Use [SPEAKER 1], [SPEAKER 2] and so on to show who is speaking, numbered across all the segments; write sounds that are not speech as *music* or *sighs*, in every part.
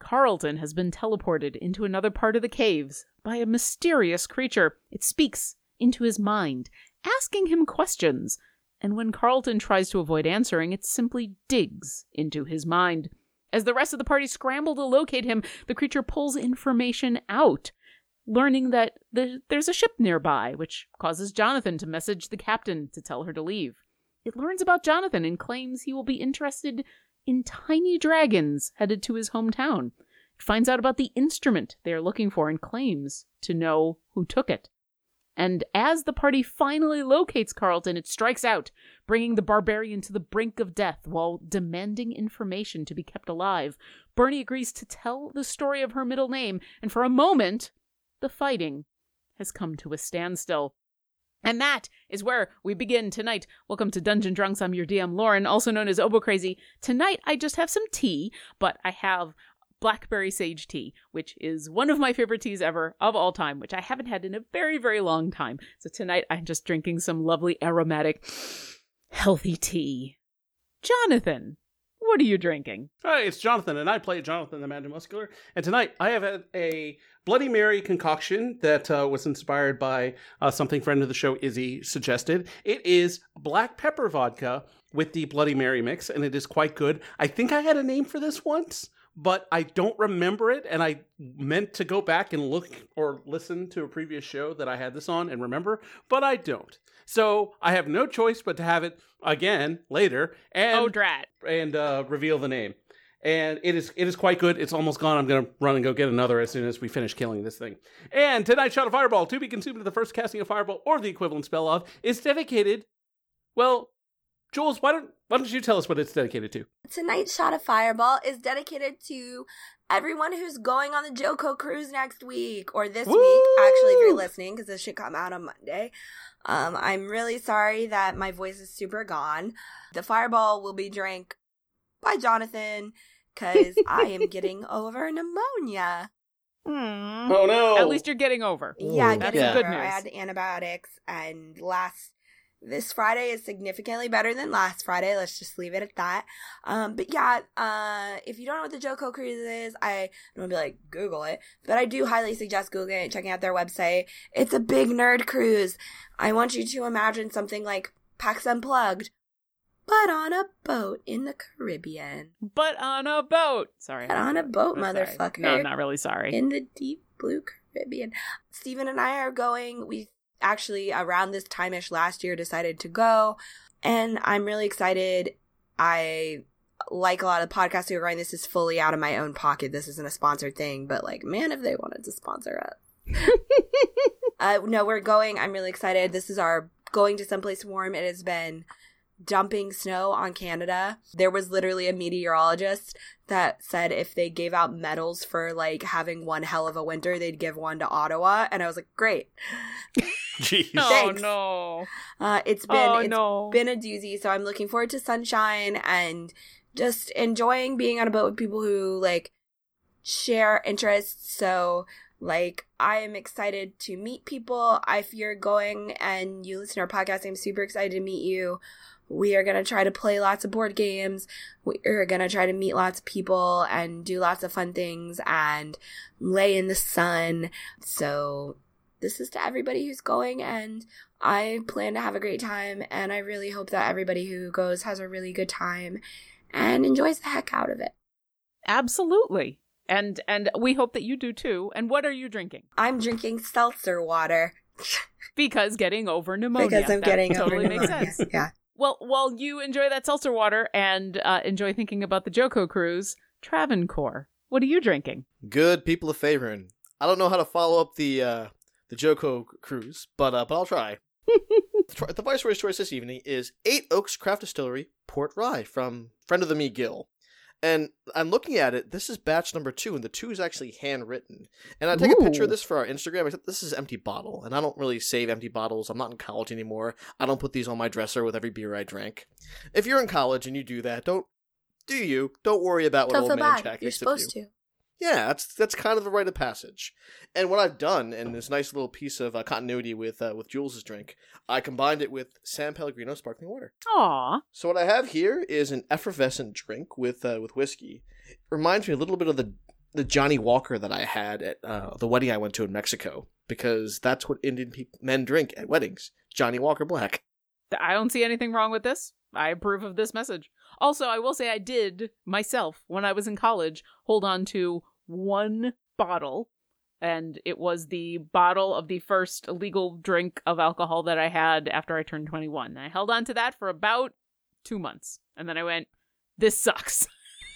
[SPEAKER 1] Carlton has been teleported into another part of the caves by a mysterious creature. It speaks into his mind, asking him questions, and when Carlton tries to avoid answering, it simply digs into his mind. As the rest of the party scramble to locate him, the creature pulls information out learning that the, there's a ship nearby, which causes Jonathan to message the captain to tell her to leave. It learns about Jonathan and claims he will be interested in tiny dragons headed to his hometown. It finds out about the instrument they are looking for and claims to know who took it. And as the party finally locates Carlton, it strikes out, bringing the barbarian to the brink of death while demanding information to be kept alive. Bernie agrees to tell the story of her middle name, and for a moment, the fighting has come to a standstill. And that is where we begin tonight. Welcome to Dungeon Drunks. I'm your DM, Lauren, also known as Obo Crazy. Tonight, I just have some tea, but I have blackberry sage tea, which is one of my favorite teas ever of all time, which I haven't had in a very, very long time. So tonight, I'm just drinking some lovely aromatic, healthy tea. Jonathan, what are you drinking?
[SPEAKER 2] Hi, it's Jonathan, and I play Jonathan the Magimuscular. And tonight I have a, a Bloody Mary concoction that uh, was inspired by uh, something friend of the show Izzy suggested. It is black pepper vodka with the Bloody Mary mix, and it is quite good. I think I had a name for this once, but I don't remember it, and I meant to go back and look or listen to a previous show that I had this on and remember, but I don't. So I have no choice but to have it again later. And
[SPEAKER 1] oh, drat.
[SPEAKER 2] and uh, reveal the name. And it is it is quite good. It's almost gone. I'm gonna run and go get another as soon as we finish killing this thing. And tonight's shot of fireball to be consumed in the first casting of fireball or the equivalent spell of is dedicated. Well, Jules, why don't why don't you tell us what it's dedicated to?
[SPEAKER 3] Tonight's shot of fireball is dedicated to everyone who's going on the Joko cruise next week or this week. Actually, if
[SPEAKER 2] Woo!
[SPEAKER 3] you're listening, because this should come out on Monday. Um, I'm really sorry that my voice is super gone. The fireball will be drank by Jonathan because I am getting over pneumonia.
[SPEAKER 2] Oh no!
[SPEAKER 1] Mm-hmm. At least you're getting over.
[SPEAKER 3] Yeah,
[SPEAKER 1] That's
[SPEAKER 3] getting
[SPEAKER 1] good
[SPEAKER 3] over. I
[SPEAKER 1] news.
[SPEAKER 3] had antibiotics, and last this Friday is significantly better than last Friday. Let's just leave it at that. Um, but yeah, uh, if you don't know what the Joco Cruise is, I I'm gonna be like Google it, but I do highly suggest googling it, checking out their website. It's a big nerd cruise. I want you to imagine something like PAX Unplugged, but on a boat in the Caribbean,
[SPEAKER 1] But on a boat. Sorry.
[SPEAKER 3] But on a boat,
[SPEAKER 1] I'm sorry.
[SPEAKER 3] Oh, motherfucker.
[SPEAKER 1] No, I'm not really sorry.
[SPEAKER 3] in the deep blue Caribbean. Steven and I are going. We actually, around this time ish last year, decided to go. And I'm really excited. I like a lot of podcasts who are going, this is fully out of my own pocket. This isn't a sponsored thing, but like, man, if they wanted to sponsor us. Uh, no, we're going. I'm really excited. This is our going to someplace warm. It has been dumping snow on Canada. There was literally a meteorologist that said if they gave out medals for like having one hell of a winter, they'd give one to Ottawa. And I was like, great.
[SPEAKER 2] Jeez.
[SPEAKER 1] *laughs* oh
[SPEAKER 3] Thanks.
[SPEAKER 1] no.
[SPEAKER 3] Uh, it's been
[SPEAKER 1] Oh
[SPEAKER 3] it's
[SPEAKER 1] no.
[SPEAKER 3] been a doozy. So I'm looking forward to sunshine and just enjoying being on a boat with people who like share interests. So like I am excited to meet people. If you're going and you listen to our podcast, I'm super excited to meet you. We are gonna try to play lots of board games. We are gonna try to meet lots of people and do lots of fun things and lay in the sun. So this is to everybody who's going and I plan to have a great time, and I really hope that everybody who goes has a really good time and enjoys the heck out of it.
[SPEAKER 1] Absolutely. And and we hope that you do too. And what are you drinking?
[SPEAKER 3] I'm drinking seltzer water
[SPEAKER 1] Because getting over pneumonia.
[SPEAKER 3] because I'm
[SPEAKER 1] That
[SPEAKER 3] getting
[SPEAKER 1] totally
[SPEAKER 3] over
[SPEAKER 1] makes
[SPEAKER 3] pneumonia.
[SPEAKER 1] sense.
[SPEAKER 3] Yeah.
[SPEAKER 1] Well, while you enjoy that seltzer water and uh, enjoy thinking about the Joko cruise, Travancore, what are you drinking?
[SPEAKER 4] Good people of Faerun. I don't know how to follow up the uh, the Joko cruise, but uh, but I'll try. the, tr- the Viceroy's choice this evening is Eight Oaks Craft Distillery Port Rye from friend of the me Gill, And I'm looking at it. This is batch number two, and the two is actually handwritten. And I take a picture of
[SPEAKER 1] Ooh.
[SPEAKER 4] this for our Instagram. Except this is empty bottle, and I don't really save empty bottles. I'm not in college anymore. I don't put these on my dresser with every beer I drank. If you're in college and you do that, don't do you? Don't worry about what
[SPEAKER 5] Tough
[SPEAKER 4] old
[SPEAKER 5] the
[SPEAKER 4] man
[SPEAKER 5] bag.
[SPEAKER 4] Jack
[SPEAKER 5] You're
[SPEAKER 4] thinks of you.
[SPEAKER 5] supposed to.
[SPEAKER 4] Yeah, that's that's kind of a rite of passage. And what I've done, and this nice little piece of uh, continuity with uh, with Jules' drink, I combined it with San Pellegrino sparkling water.
[SPEAKER 1] Aw.
[SPEAKER 4] So what I have here is an effervescent drink with uh, with whiskey. It reminds me a little bit of the the Johnny Walker that I had at uh, the wedding I went to in Mexico because that's what Indian peop men drink at weddings. Johnny Walker Black.
[SPEAKER 1] Th- I don't see anything wrong with this. I approve of this message. Also, I will say I did myself when I was in college hold on to one bottle, and it was the bottle of the first legal drink of alcohol that I had after I turned 21. And I held on to that for about two months, and then I went, This sucks.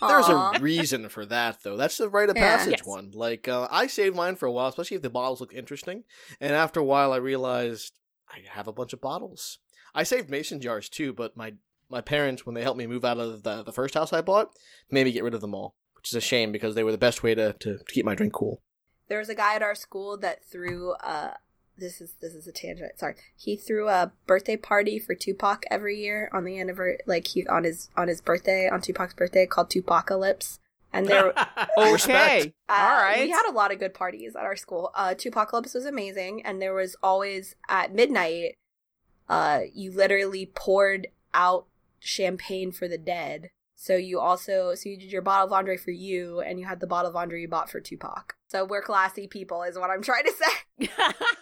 [SPEAKER 4] There's
[SPEAKER 5] Aw.
[SPEAKER 4] a reason for that, though. That's the rite of
[SPEAKER 5] Yeah.
[SPEAKER 4] passage
[SPEAKER 1] Yes.
[SPEAKER 4] one. Like, uh, I saved mine for a while, especially if the bottles look interesting. And after a while, I realized I have a bunch of bottles. I saved mason jars too, but my my parents, when they helped me move out of the, the first house I bought, made me get rid of them all, which is a shame because they were the best way to, to, to keep my drink cool.
[SPEAKER 5] there was a guy at our school that threw uh this is this is a tangent sorry he threw a birthday party for tupac every year on the anniversary like he on his on his birthday on tupac's birthday called tupacalypse and there
[SPEAKER 2] *laughs* Oh.
[SPEAKER 1] Okay.
[SPEAKER 4] Respect.
[SPEAKER 1] *laughs* All
[SPEAKER 5] uh,
[SPEAKER 1] right.
[SPEAKER 5] We had a lot of good parties at our school. Uh, Tupacalypse was amazing, and there was always at midnight. Uh, you literally poured out champagne for the dead. So you also so you did your bottle of laundry for you, and you had the bottle of laundry you bought for Tupac. So we're classy people, is what I'm *laughs* trying to say.
[SPEAKER 1] *laughs*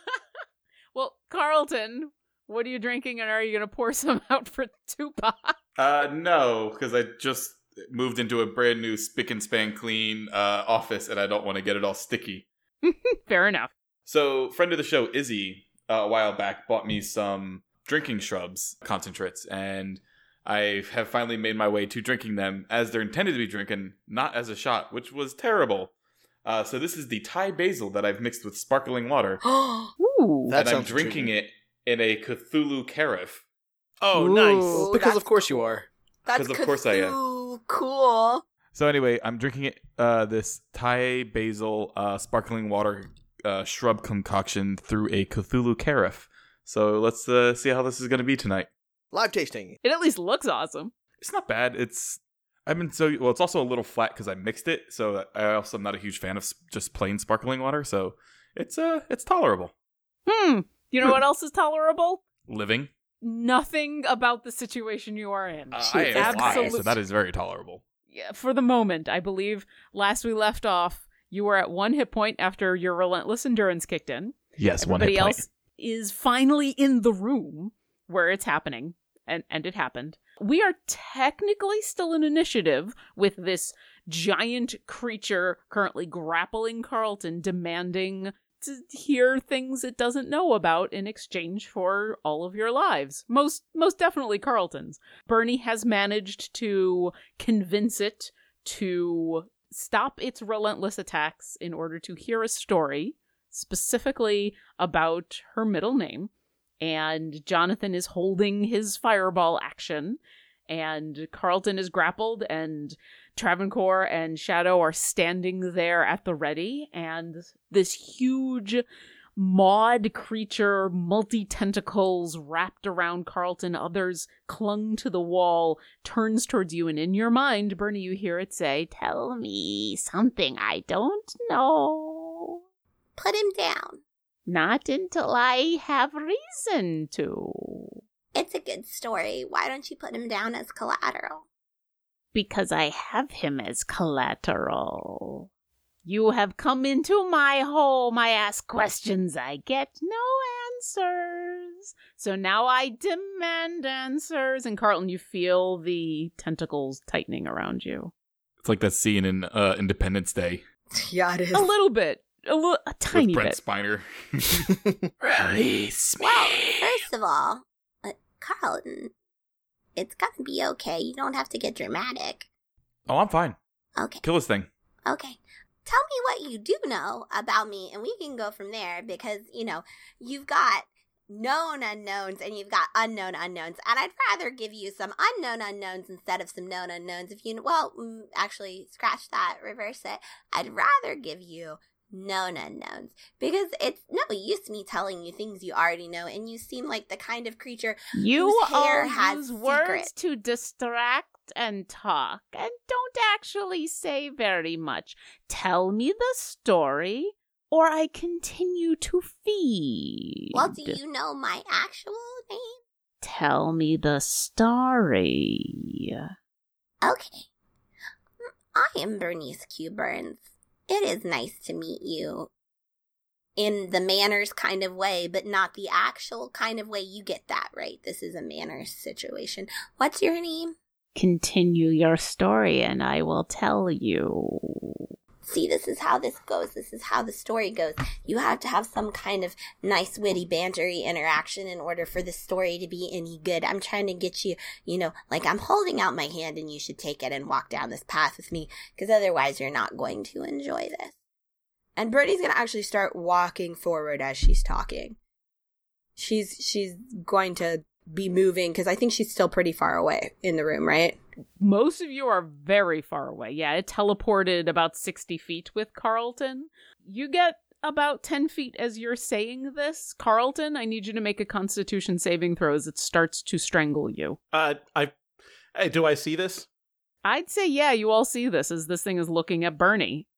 [SPEAKER 1] well, Carlton, what are you drinking, and are you going to pour *laughs* some out for Tupac?
[SPEAKER 6] Uh, no, because I just moved into a brand new spick and span clean uh, office, and I don't want to get it all sticky.
[SPEAKER 1] Fair enough.
[SPEAKER 6] So, friend of the show, Izzy, uh, a while back, bought me some drinking shrubs concentrates, and I have finally made my way to drinking them as they're intended to be drinking, not as a shot, which was terrible. Uh, so, this is the Thai basil that I've mixed with sparkling water, *gasps*
[SPEAKER 1] Ooh.
[SPEAKER 4] That
[SPEAKER 6] and I'm
[SPEAKER 4] sounds
[SPEAKER 6] drinking
[SPEAKER 4] intriguing.
[SPEAKER 6] it in a Cthulhu Carif.
[SPEAKER 1] Ooh.
[SPEAKER 5] Ooh,
[SPEAKER 4] because
[SPEAKER 5] that's
[SPEAKER 4] of course you are.
[SPEAKER 5] That's
[SPEAKER 6] 'Cause of course I am.
[SPEAKER 5] Cthulhu Cool.
[SPEAKER 6] So anyway, I'm drinking it uh, this Thai basil uh, sparkling water uh, shrub concoction through a Cthulhu Carif. So let's uh, see how this is going to be tonight.
[SPEAKER 4] Live
[SPEAKER 6] *laughs*
[SPEAKER 4] tasting.
[SPEAKER 1] It at least looks awesome.
[SPEAKER 6] It's not bad. It's I've been so well. It's also a little flat because I mixed it. So I also am not a huge fan of s- just plain sparkling water. So it's uh it's tolerable.
[SPEAKER 1] Hmm. You know what else is tolerable?
[SPEAKER 6] Living,
[SPEAKER 1] Nothing about the situation you are in.
[SPEAKER 6] uh, I am
[SPEAKER 1] Absolute-
[SPEAKER 6] alive, so that is very tolerable.
[SPEAKER 1] Yeah, for the moment, I believe last we left off, you were at one hit point after your relentless endurance kicked in.
[SPEAKER 6] Yes,
[SPEAKER 1] Everybody else is finally in the room where it's happening, and and it happened. We are technically still in initiative with this giant creature currently grappling Carlton, demanding to hear things it doesn't know about in exchange for all of your lives. Most most definitely Carlton's. Bernie has managed to convince it to stop its relentless attacks in order to hear a story specifically about her middle name. And Jonathan is holding his fireball action. And Carlton is grappled, and Travancore and Shadow are standing there at the ready. And this huge maud creature, multi tentacles wrapped around Carlton, others clung to the wall, turns towards you. And in your mind, Bernie, you hear it say, Tell me something I don't know.
[SPEAKER 5] Put him down.
[SPEAKER 1] Not until I have reason to.
[SPEAKER 5] It's a good story. Why don't you put him down as collateral?
[SPEAKER 6] *laughs*
[SPEAKER 1] Because I have him as collateral. You have come into my home. I ask questions. I get no answers. So now I demand answers. And Carlton, you feel the tentacles tightening around you.
[SPEAKER 6] It's like that scene in uh, Independence Day
[SPEAKER 5] Yeah, it is.
[SPEAKER 1] A little bit. A, little, a tiny
[SPEAKER 6] with Brent
[SPEAKER 1] bit.
[SPEAKER 6] Spiner.
[SPEAKER 4] Release
[SPEAKER 3] Well, first of all, uh, Carlton, it's gonna be okay. You don't have to get dramatic.
[SPEAKER 6] oh, I'm fine.
[SPEAKER 3] Okay,
[SPEAKER 6] Kill this thing.
[SPEAKER 3] okay. Tell me what you do know about me, and we can go from there because, you know, you've got known unknowns and you've got unknown unknowns. And I'd rather give you some unknown unknowns instead of some known unknowns. If you, well, mm, actually, scratch that, reverse it. I'd rather give you known unknowns because it's no use me telling you things you already know. And you seem like the kind of creature.
[SPEAKER 1] You
[SPEAKER 3] Whose hair
[SPEAKER 1] all
[SPEAKER 3] has
[SPEAKER 1] use
[SPEAKER 3] secret.
[SPEAKER 1] words to distract and talk and don't actually say very much. Tell me the story or I continue to feed.
[SPEAKER 3] Well, do you know my actual name?
[SPEAKER 1] Tell me the story.
[SPEAKER 3] Okay. I am Bernice Q. Burns. It is nice to meet you. In the manners kind of way, but not the actual kind of way. You get that right. This is a manners situation. What's your name?
[SPEAKER 1] Continue your story and I will tell you.
[SPEAKER 3] See, this is how this goes. This is how the story goes. You have to have some kind of nice, witty, bantery interaction in order for the story to be any good. I'm trying to get you, you know, like I'm holding out my hand and you should take it and walk down this path with me because otherwise you're not going to enjoy this.
[SPEAKER 5] And Brittany's gonna actually start walking forward as she's talking. She's she's going to be moving because I think she's still pretty far away in the room, right?
[SPEAKER 1] most of you are very far away. Yeah, it teleported about 60 feet with Carlton. You get about 10 feet as you're saying this. Carlton, I need you to make a constitution saving throw as it starts to strangle you.
[SPEAKER 2] Uh, I, hey, do I see this?
[SPEAKER 1] I'd say, yeah, you all see this as this thing is looking at Bernie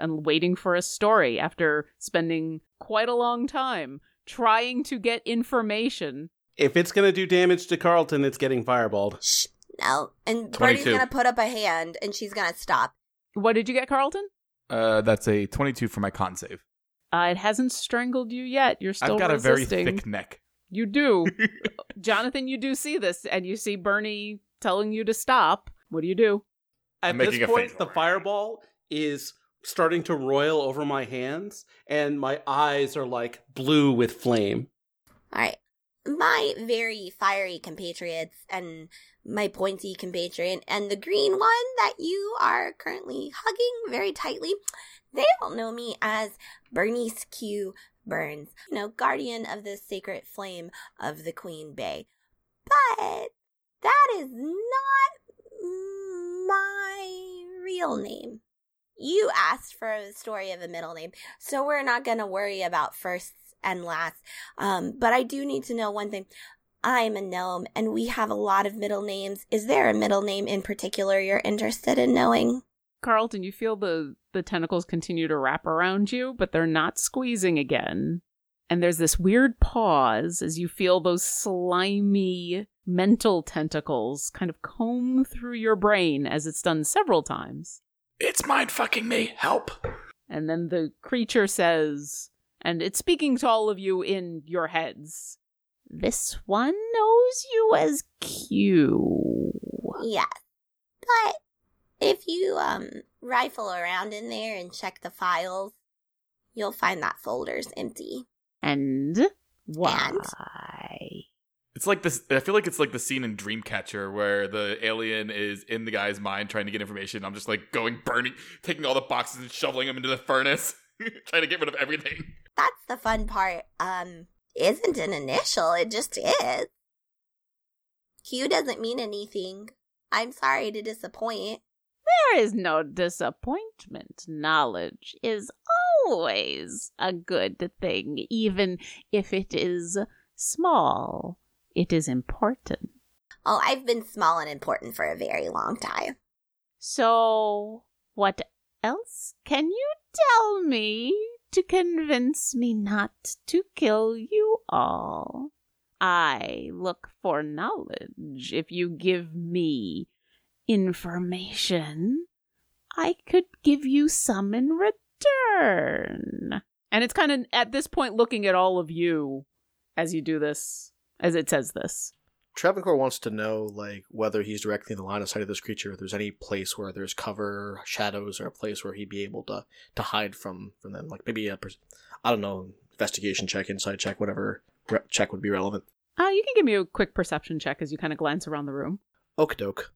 [SPEAKER 1] and waiting for a story after spending quite a long time trying to get information.
[SPEAKER 2] If it's gonna do damage to Carlton, it's getting fireballed.
[SPEAKER 3] Shh, no. And Bertie's
[SPEAKER 6] 22.
[SPEAKER 3] gonna put up a hand and she's gonna stop.
[SPEAKER 1] What did you get, Carlton?
[SPEAKER 6] Uh, that's a 22 for my con save.
[SPEAKER 1] Uh, it hasn't strangled you yet. You're still
[SPEAKER 6] I've got
[SPEAKER 1] resisting.
[SPEAKER 6] a very thick neck. *laughs*
[SPEAKER 1] You do. Jonathan, you do see this and you see Bernie telling you to stop. What do you do?
[SPEAKER 2] At
[SPEAKER 6] I'm
[SPEAKER 2] this
[SPEAKER 6] making a
[SPEAKER 2] point,
[SPEAKER 6] face.
[SPEAKER 2] the fireball is starting to roil over my hands, and my eyes are like blue with flame.
[SPEAKER 3] All right. My very fiery compatriots and my pointy compatriot and the green one that you are currently hugging very tightly, they all know me as Bernice Q. Burns, you know, guardian of the sacred flame of the Queen Bay. But that is not my real name. You asked for the story of a middle name, so we're not going to worry about firsts and lasts. Um, but I do need to know one thing. I'm a gnome and we have a lot of middle names. Is there a middle name in particular you're interested in knowing?
[SPEAKER 1] Carlton, you feel the, the tentacles continue to wrap around you, but they're not squeezing again. And there's this weird pause as you feel those slimy mental tentacles kind of comb through your brain as it's done several times.
[SPEAKER 6] It's mind fucking me. Help.
[SPEAKER 1] And then the creature says, and it's speaking to all of you in your heads. This one knows you as Q.
[SPEAKER 3] Yes. But if you um rifle around in there and check the files, you'll find that folder's empty.
[SPEAKER 1] And why?
[SPEAKER 6] It's like this. I feel like it's like the scene in Dreamcatcher where the alien is in the guy's mind trying to get information. I'm just like going burning, taking all the boxes and shoveling them into the furnace, *laughs* trying to get rid of everything.
[SPEAKER 3] That's the fun part. Um isn't an initial, it just is. Q doesn't mean anything. I'm sorry to disappoint.
[SPEAKER 1] There is no disappointment. Knowledge is always a good thing, even if it is small. It is important.
[SPEAKER 3] Oh, I've been small and important for a very long time.
[SPEAKER 1] So, what else can you tell me to convince me not to kill you all? I look for knowledge. If you give me information, I could give you some in return. And it's kind of at this point looking at all of you as you do this, as it says this.
[SPEAKER 4] Travancore wants to know like whether he's directly in the line of sight of this creature, if there's any place where there's cover, shadows, or a place where he'd be able to to hide from from them. Like maybe a, pers- I don't know, investigation check, inside check, whatever re- check would be relevant.
[SPEAKER 1] Uh, you can give me a quick perception check as you kind of glance around the room.
[SPEAKER 4] Okie doke.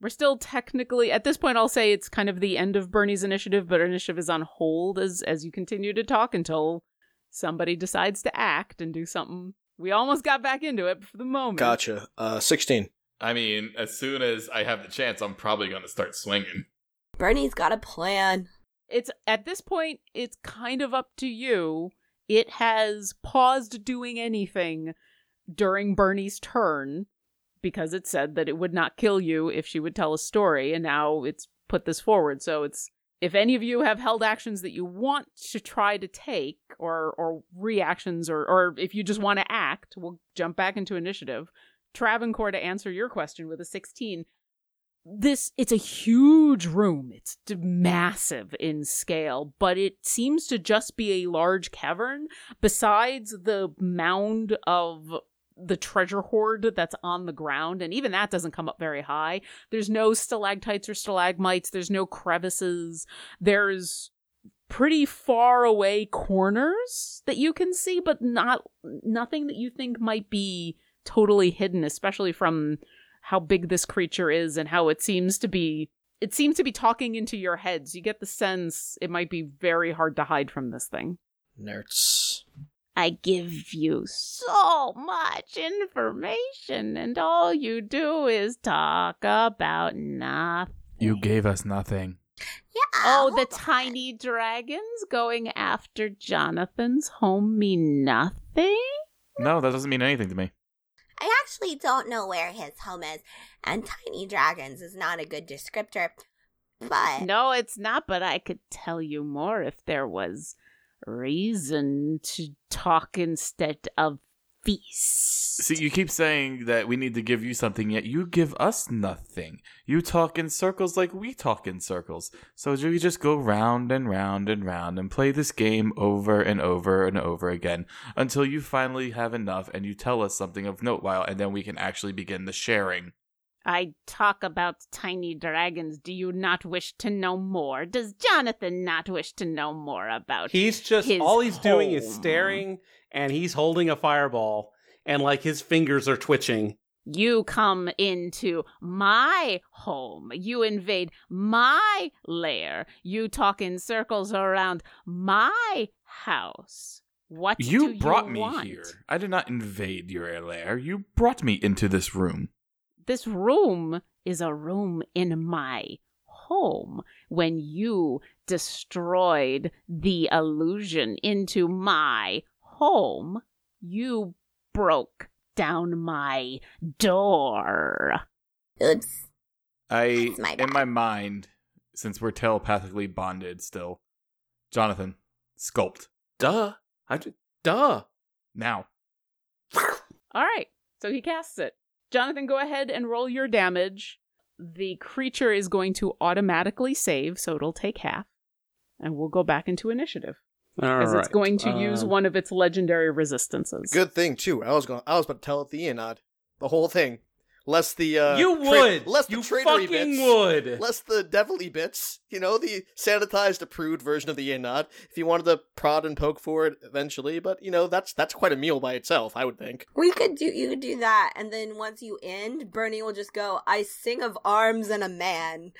[SPEAKER 1] We're still technically at this point. I'll say it's kind of the end of Bernie's initiative, but our initiative is on hold as as you continue to talk until somebody decides to act and do something We almost got back into it, but for the
[SPEAKER 2] Oh,
[SPEAKER 1] moment,
[SPEAKER 4] Gotcha. Uh, 16.
[SPEAKER 6] I mean, as soon as I have the chance, I'm probably going to start swinging.
[SPEAKER 3] Bernie's got a plan.
[SPEAKER 1] it's at this point it's kind of up to you it has paused doing anything during bernie's turn because it said that it would not kill you if she would tell a story and now it's put this forward so it's if any of you have held actions that you want to try to take or or reactions or or if you just want to act we'll jump back into initiative travancore to answer your question with a 16 this it's a huge room it's d- massive in scale but it seems to just be a large cavern besides the mound of the treasure hoard that's on the ground and even that doesn't come up very high there's no stalactites or stalagmites there's no crevices there's pretty far away corners that you can see but not nothing that you think might be totally hidden especially from how big this creature is and how it seems to be it seems to be talking into your heads you get the sense it might be very hard to hide from this thing
[SPEAKER 4] Nerds.
[SPEAKER 1] i give you so much information and all you do is talk about nothing
[SPEAKER 6] gave us nothing.
[SPEAKER 3] Yeah.
[SPEAKER 1] Oh, the
[SPEAKER 3] hold on.
[SPEAKER 1] tiny dragons going after Jonathan's home mean nothing?
[SPEAKER 6] No, that doesn't mean anything to me.
[SPEAKER 3] I actually don't know where his home is, and tiny dragons is not a good descriptor. But
[SPEAKER 1] No, it's not, but I could tell you more if there was reason to talk instead of feast.
[SPEAKER 6] See, you keep saying that we need to give you something, yet you give us nothing. You talk in circles like we talk in circles. So do we just go round and round and round and play this game over and over and over again until you finally have enough and you tell us something of note while, and then we can actually begin the sharing.
[SPEAKER 1] I talk about tiny dragons. Do you not wish to know more? Does Jonathan not wish to know more about
[SPEAKER 2] He's just
[SPEAKER 1] his
[SPEAKER 2] all he's doing is
[SPEAKER 1] home.
[SPEAKER 2] staring and he's holding a fireball and like his fingers are twitching.
[SPEAKER 1] You come into my home. You invade my lair. You talk in circles around my house. What
[SPEAKER 6] You
[SPEAKER 1] do
[SPEAKER 6] brought
[SPEAKER 1] you
[SPEAKER 6] me
[SPEAKER 1] want?
[SPEAKER 6] here. I did not invade your lair. You brought me into this room.
[SPEAKER 1] This room is a room in my home. When you destroyed the illusion into my home, you broke down my door.
[SPEAKER 3] oops.
[SPEAKER 6] I
[SPEAKER 3] That's my
[SPEAKER 6] in
[SPEAKER 3] bad.
[SPEAKER 6] my mind, since we're telepathically bonded still, Jonathan, sculpt
[SPEAKER 2] Duh. I just, duh.
[SPEAKER 6] now.
[SPEAKER 1] All right. So he casts it. Jonathan, go ahead and roll your damage. The creature is going to automatically save, so it'll take half. And we'll go back into initiative.
[SPEAKER 2] All
[SPEAKER 1] Because it's
[SPEAKER 2] right.
[SPEAKER 1] going to use
[SPEAKER 2] Um,
[SPEAKER 1] one of its legendary resistances.
[SPEAKER 4] Good thing too. I was going. I was about to tell it the Enod, the whole thing, less the uh,
[SPEAKER 2] you
[SPEAKER 4] tra-
[SPEAKER 2] would.
[SPEAKER 4] less the
[SPEAKER 2] you
[SPEAKER 4] traitory
[SPEAKER 2] fucking
[SPEAKER 4] bits,
[SPEAKER 2] would.
[SPEAKER 4] less the devilly bits. You know the sanitized, approved version of the Enod. If you wanted to prod and poke for it eventually, but you know that's that's quite a meal by itself. I would think.
[SPEAKER 5] We could do you could do that, and then once you end, Bernie will just go, "I sing of arms and a man,"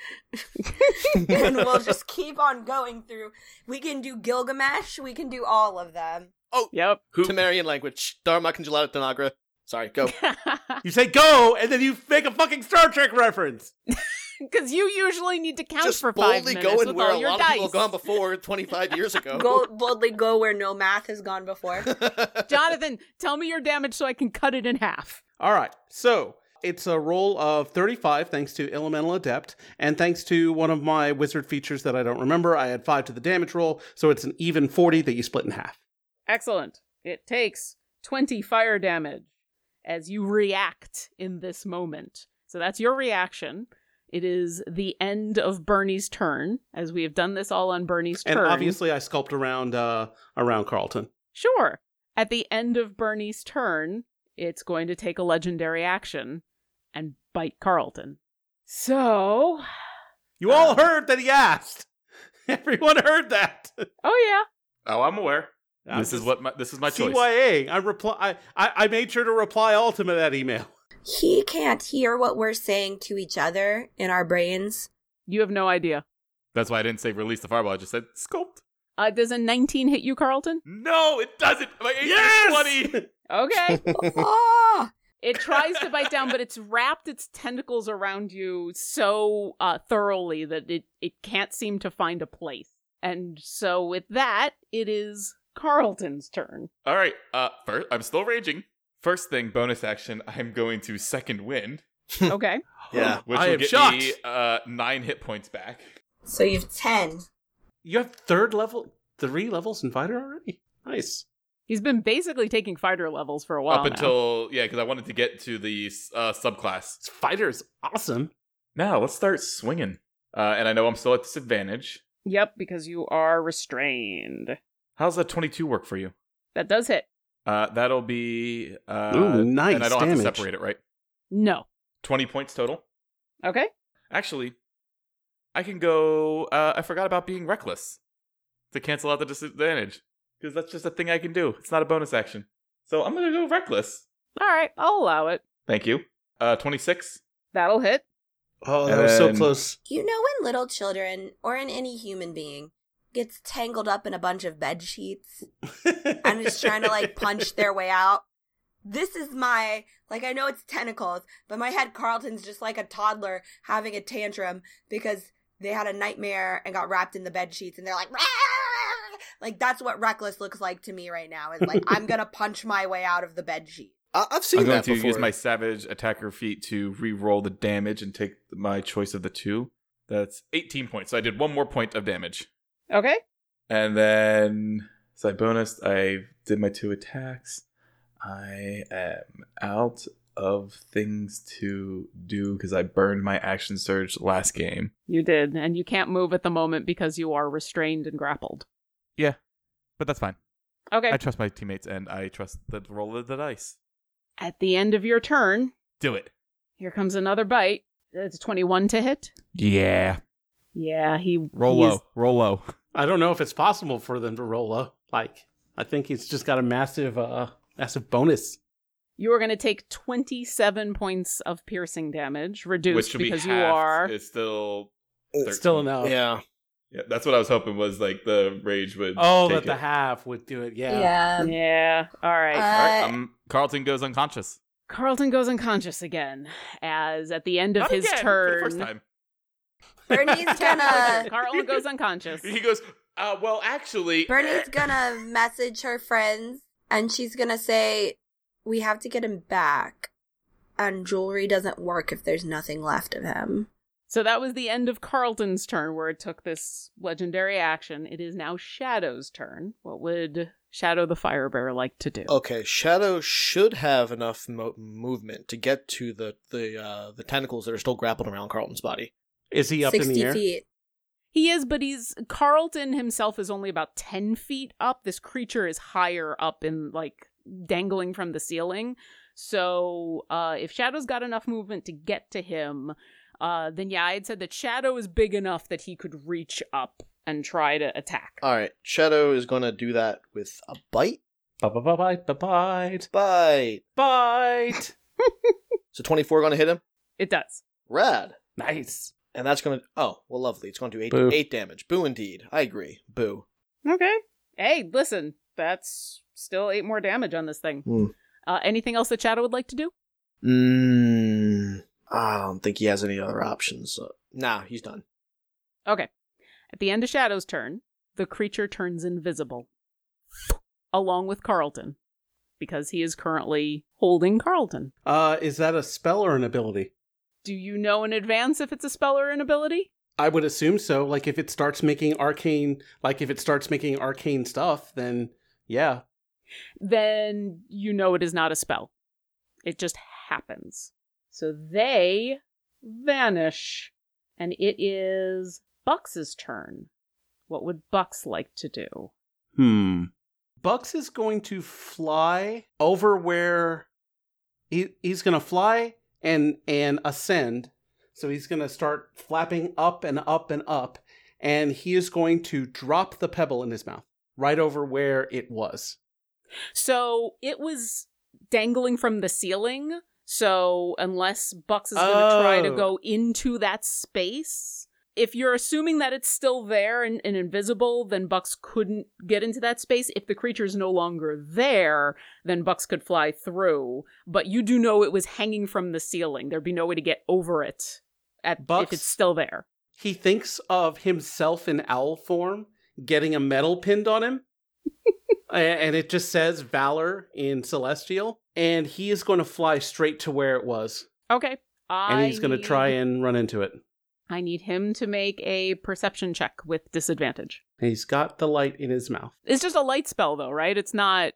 [SPEAKER 5] *laughs* and we'll
[SPEAKER 3] *laughs*
[SPEAKER 5] just keep on going through. We can do Gilgamesh. We can do all of them.
[SPEAKER 1] Yep.
[SPEAKER 6] Who
[SPEAKER 4] Temerian language, Dharma Congelata Tanagra. Sorry,
[SPEAKER 1] *laughs*
[SPEAKER 4] go.
[SPEAKER 1] Because
[SPEAKER 2] You say go, and then you make a fucking Star Trek reference.
[SPEAKER 1] you usually need to count
[SPEAKER 4] Just
[SPEAKER 1] for five
[SPEAKER 4] boldly
[SPEAKER 1] minutes
[SPEAKER 4] go and
[SPEAKER 1] with
[SPEAKER 4] where a
[SPEAKER 1] all your
[SPEAKER 4] lot
[SPEAKER 1] dice.
[SPEAKER 4] of people have gone before *laughs* 25 years ago.
[SPEAKER 5] Go boldly, go where no math has gone before.
[SPEAKER 4] *laughs*
[SPEAKER 1] Jonathan, tell me your damage so I can cut it in half.
[SPEAKER 2] All right. So it's a roll of 35 thanks to Elemental Adept. And thanks to one of my wizard features that I don't remember, I had five to the damage roll. So it's an even 40 that you split in half.
[SPEAKER 1] Excellent. It takes 20 fire damage as you react in this moment. So that's your reaction. It is the end of Bernie's turn, as we have done this all on Bernie's
[SPEAKER 2] And
[SPEAKER 1] turn.
[SPEAKER 2] obviously, I sculpt around uh, around Carlton.
[SPEAKER 1] Sure. At the end of Bernie's turn, it's going to take a legendary action and bite Carlton. So,
[SPEAKER 2] You all heard that he asked. *laughs* Everyone heard that.
[SPEAKER 1] oh yeah,
[SPEAKER 6] Oh, I'm aware.
[SPEAKER 2] I'm
[SPEAKER 6] this is
[SPEAKER 2] just-
[SPEAKER 6] what my, this is my choice.
[SPEAKER 2] CYA. I reply. I, I I made sure to reply all to that *laughs* email.
[SPEAKER 5] He can't hear what we're saying to each other in our brains.
[SPEAKER 1] you have no idea.
[SPEAKER 6] That's why I didn't say release the fireball. I just said sculpt.
[SPEAKER 1] Uh, does a 19 hit you, Carlton?
[SPEAKER 6] No, it doesn't. My AC is
[SPEAKER 2] *laughs*
[SPEAKER 6] 20.
[SPEAKER 1] Okay.
[SPEAKER 6] *laughs*
[SPEAKER 5] Ah!
[SPEAKER 1] It tries to bite down, but it's wrapped its tentacles around you so uh, thoroughly that it, it can't seem to find a place. And so, with that, it is Carlton's
[SPEAKER 6] *laughs*
[SPEAKER 1] turn.
[SPEAKER 6] All right. Uh, first, I'm still raging. First thing, bonus action. I'm going to second wind,
[SPEAKER 1] Okay.
[SPEAKER 4] Yeah.
[SPEAKER 6] which
[SPEAKER 2] Oh, I
[SPEAKER 6] will
[SPEAKER 2] am
[SPEAKER 6] get
[SPEAKER 2] shocked.
[SPEAKER 6] me uh, nine hit points back.
[SPEAKER 3] So you have 10.
[SPEAKER 2] You have third level, three levels in fighter already. Nice.
[SPEAKER 1] He's been basically taking fighter levels for a while.
[SPEAKER 6] up
[SPEAKER 1] now.
[SPEAKER 6] until yeah, because I wanted to get to the uh, subclass.
[SPEAKER 2] This fighter is awesome.
[SPEAKER 6] Now let's start swinging. Uh, and I know I'm still at disadvantage.
[SPEAKER 1] Yep, because you are restrained.
[SPEAKER 6] How's that 22 work for you?
[SPEAKER 1] That does hit.
[SPEAKER 6] Uh, that'll be uh,
[SPEAKER 2] Ooh, nice
[SPEAKER 6] And I don't
[SPEAKER 2] damage.
[SPEAKER 6] have to separate it, right?
[SPEAKER 1] No.
[SPEAKER 6] 20 points total.
[SPEAKER 1] Okay.
[SPEAKER 6] Actually, I can go. Uh, I forgot about being reckless to cancel out the disadvantage because that's just a thing I can do. It's not a bonus action, so I'm gonna go reckless.
[SPEAKER 1] All right. I'll allow it.
[SPEAKER 6] Thank you. Uh, 26.
[SPEAKER 1] That'll hit.
[SPEAKER 2] Oh,
[SPEAKER 6] that was so
[SPEAKER 2] *laughs*
[SPEAKER 6] And-
[SPEAKER 2] close.
[SPEAKER 3] You know when little children, or in any human being, gets tangled up in a bunch of bed sheets and is trying to like punch their way out? This is my, like, I know it's tentacles, but my head Carlton's just like a toddler having a tantrum because they had a nightmare and got wrapped in the bed sheets and they're like, "Rah!" like, that's what reckless looks like to me right now is like, I'm gonna punch my way out of the bed sheet.
[SPEAKER 4] I- I've seen
[SPEAKER 6] I'm going
[SPEAKER 4] that
[SPEAKER 6] to
[SPEAKER 4] before.
[SPEAKER 6] use my savage attacker feat to re-roll the damage and take my choice of the two. That's 18 points. So I did one more point of damage,
[SPEAKER 1] Okay.
[SPEAKER 6] and then so I bonus. I did my two attacks. I am out of things to do because I burned my action surge last game.
[SPEAKER 1] You did. And you can't move at the moment because you are restrained and grappled.
[SPEAKER 6] But that's fine.
[SPEAKER 1] Okay.
[SPEAKER 6] I trust my teammates and I trust the roll of the dice.
[SPEAKER 1] at the end of your turn,
[SPEAKER 6] Do it.
[SPEAKER 1] here comes another bite. It's 21 to hit.
[SPEAKER 6] Yeah.
[SPEAKER 1] Yeah, he
[SPEAKER 6] Roll
[SPEAKER 1] he is-
[SPEAKER 6] low. Roll low.
[SPEAKER 2] I don't know if it's possible for them to roll up. Like, I think he's just got a massive, uh, massive bonus.
[SPEAKER 1] You are going to take 27 points of piercing damage,
[SPEAKER 6] Which
[SPEAKER 1] reduced
[SPEAKER 6] should be
[SPEAKER 1] because
[SPEAKER 6] half.
[SPEAKER 1] you are.
[SPEAKER 6] It's still
[SPEAKER 2] It's still
[SPEAKER 6] 13.
[SPEAKER 2] enough.
[SPEAKER 4] Yeah.
[SPEAKER 6] Yeah, that's what I was hoping was like the rage would.
[SPEAKER 2] Oh,
[SPEAKER 6] take
[SPEAKER 2] that the
[SPEAKER 6] it.
[SPEAKER 2] half would do it. Yeah.
[SPEAKER 1] Um,
[SPEAKER 3] Yeah.
[SPEAKER 1] Yeah. All right.
[SPEAKER 6] All right,
[SPEAKER 3] Uh,
[SPEAKER 6] um, Carlton goes unconscious.
[SPEAKER 1] Carlton goes unconscious again, as at the end of
[SPEAKER 6] Not
[SPEAKER 1] his
[SPEAKER 6] again, for
[SPEAKER 1] turn.
[SPEAKER 6] the first
[SPEAKER 1] *laughs*
[SPEAKER 6] time.
[SPEAKER 2] *laughs*
[SPEAKER 3] Bernie's
[SPEAKER 1] Uh,
[SPEAKER 3] gonna
[SPEAKER 1] Carlton goes unconscious.
[SPEAKER 6] *laughs* He goes, uh, well, actually,
[SPEAKER 3] Bernie's gonna message her friends and she's gonna say, We have to get him back. And jewelry doesn't work if there's nothing left of him.
[SPEAKER 1] So that was the end of Carlton's turn, where it took this legendary action. It is now Shadow's turn. What would Shadow the Fire Bear like to
[SPEAKER 6] Oh,
[SPEAKER 1] do?
[SPEAKER 4] Okay, Shadow should have enough mo- movement to get to the the uh, the tentacles that are still grappled around Carlton's body.
[SPEAKER 2] Is he up in the air?
[SPEAKER 3] feet.
[SPEAKER 1] He is, but he's Carlton himself is only about ten feet up. This creature is higher up in like dangling from the ceiling. So uh, if Shadow's got enough movement to get to him, uh, then yeah, I had said that Shadow is big enough that he could reach up and try to attack.
[SPEAKER 4] All right, Shadow is going to do that with a bite.
[SPEAKER 2] Bye bye bye bye bye
[SPEAKER 4] Bite.
[SPEAKER 2] bite.
[SPEAKER 4] So twenty four going to hit him.
[SPEAKER 1] It does.
[SPEAKER 4] Rad.
[SPEAKER 2] Nice.
[SPEAKER 4] And that's going to oh well, lovely. It's going to do eight
[SPEAKER 2] Boo.
[SPEAKER 4] eight damage. Boo indeed. I agree. Boo.
[SPEAKER 1] Okay. Hey, listen, that's still eight more damage on this thing.
[SPEAKER 4] Hmm.
[SPEAKER 1] Uh, anything else that Shadow would like to do?
[SPEAKER 4] Mm, I don't think he has any other options. Uh, nah, he's done.
[SPEAKER 1] Okay. At the end of Shadow's turn, the creature turns invisible, along with Carlton, because he is currently holding Carlton.
[SPEAKER 2] Uh, is that a spell or an ability?
[SPEAKER 1] Do you know in advance if it's a spell or an ability?
[SPEAKER 2] I would assume so. Like if it starts making arcane, like if it starts making arcane stuff, then yeah.
[SPEAKER 1] Then you know it is not a spell. It just happens. So they vanish, and it is Buck's turn. What would Bucks like to do?
[SPEAKER 2] Hmm. Bucks is going to fly over where he he's going to fly and and ascend. So he's going to start flapping up and up and up, and he is going to drop the pebble in his mouth right over where it was.
[SPEAKER 1] So it was dangling from the ceiling. So unless Bucks is going to try to
[SPEAKER 2] Oh.
[SPEAKER 1] go into that space, if you're assuming that it's still there and, and invisible, then Bucks couldn't get into that space. If the creature's no longer there, then Bucks could fly through. But you do know it was hanging from the ceiling. There'd be no way to get over it at if
[SPEAKER 2] Bucks-
[SPEAKER 1] it's still there.
[SPEAKER 2] He thinks of himself in owl form, getting a medal pinned on him. A- and it just says Valor in Celestial. And he is going to fly straight to where it was.
[SPEAKER 1] Okay. I
[SPEAKER 2] And he's going to
[SPEAKER 1] need-
[SPEAKER 2] try and run into it.
[SPEAKER 1] I need him to make a perception check with disadvantage.
[SPEAKER 2] He's got the light in his mouth.
[SPEAKER 1] It's just a light spell, though, right? It's not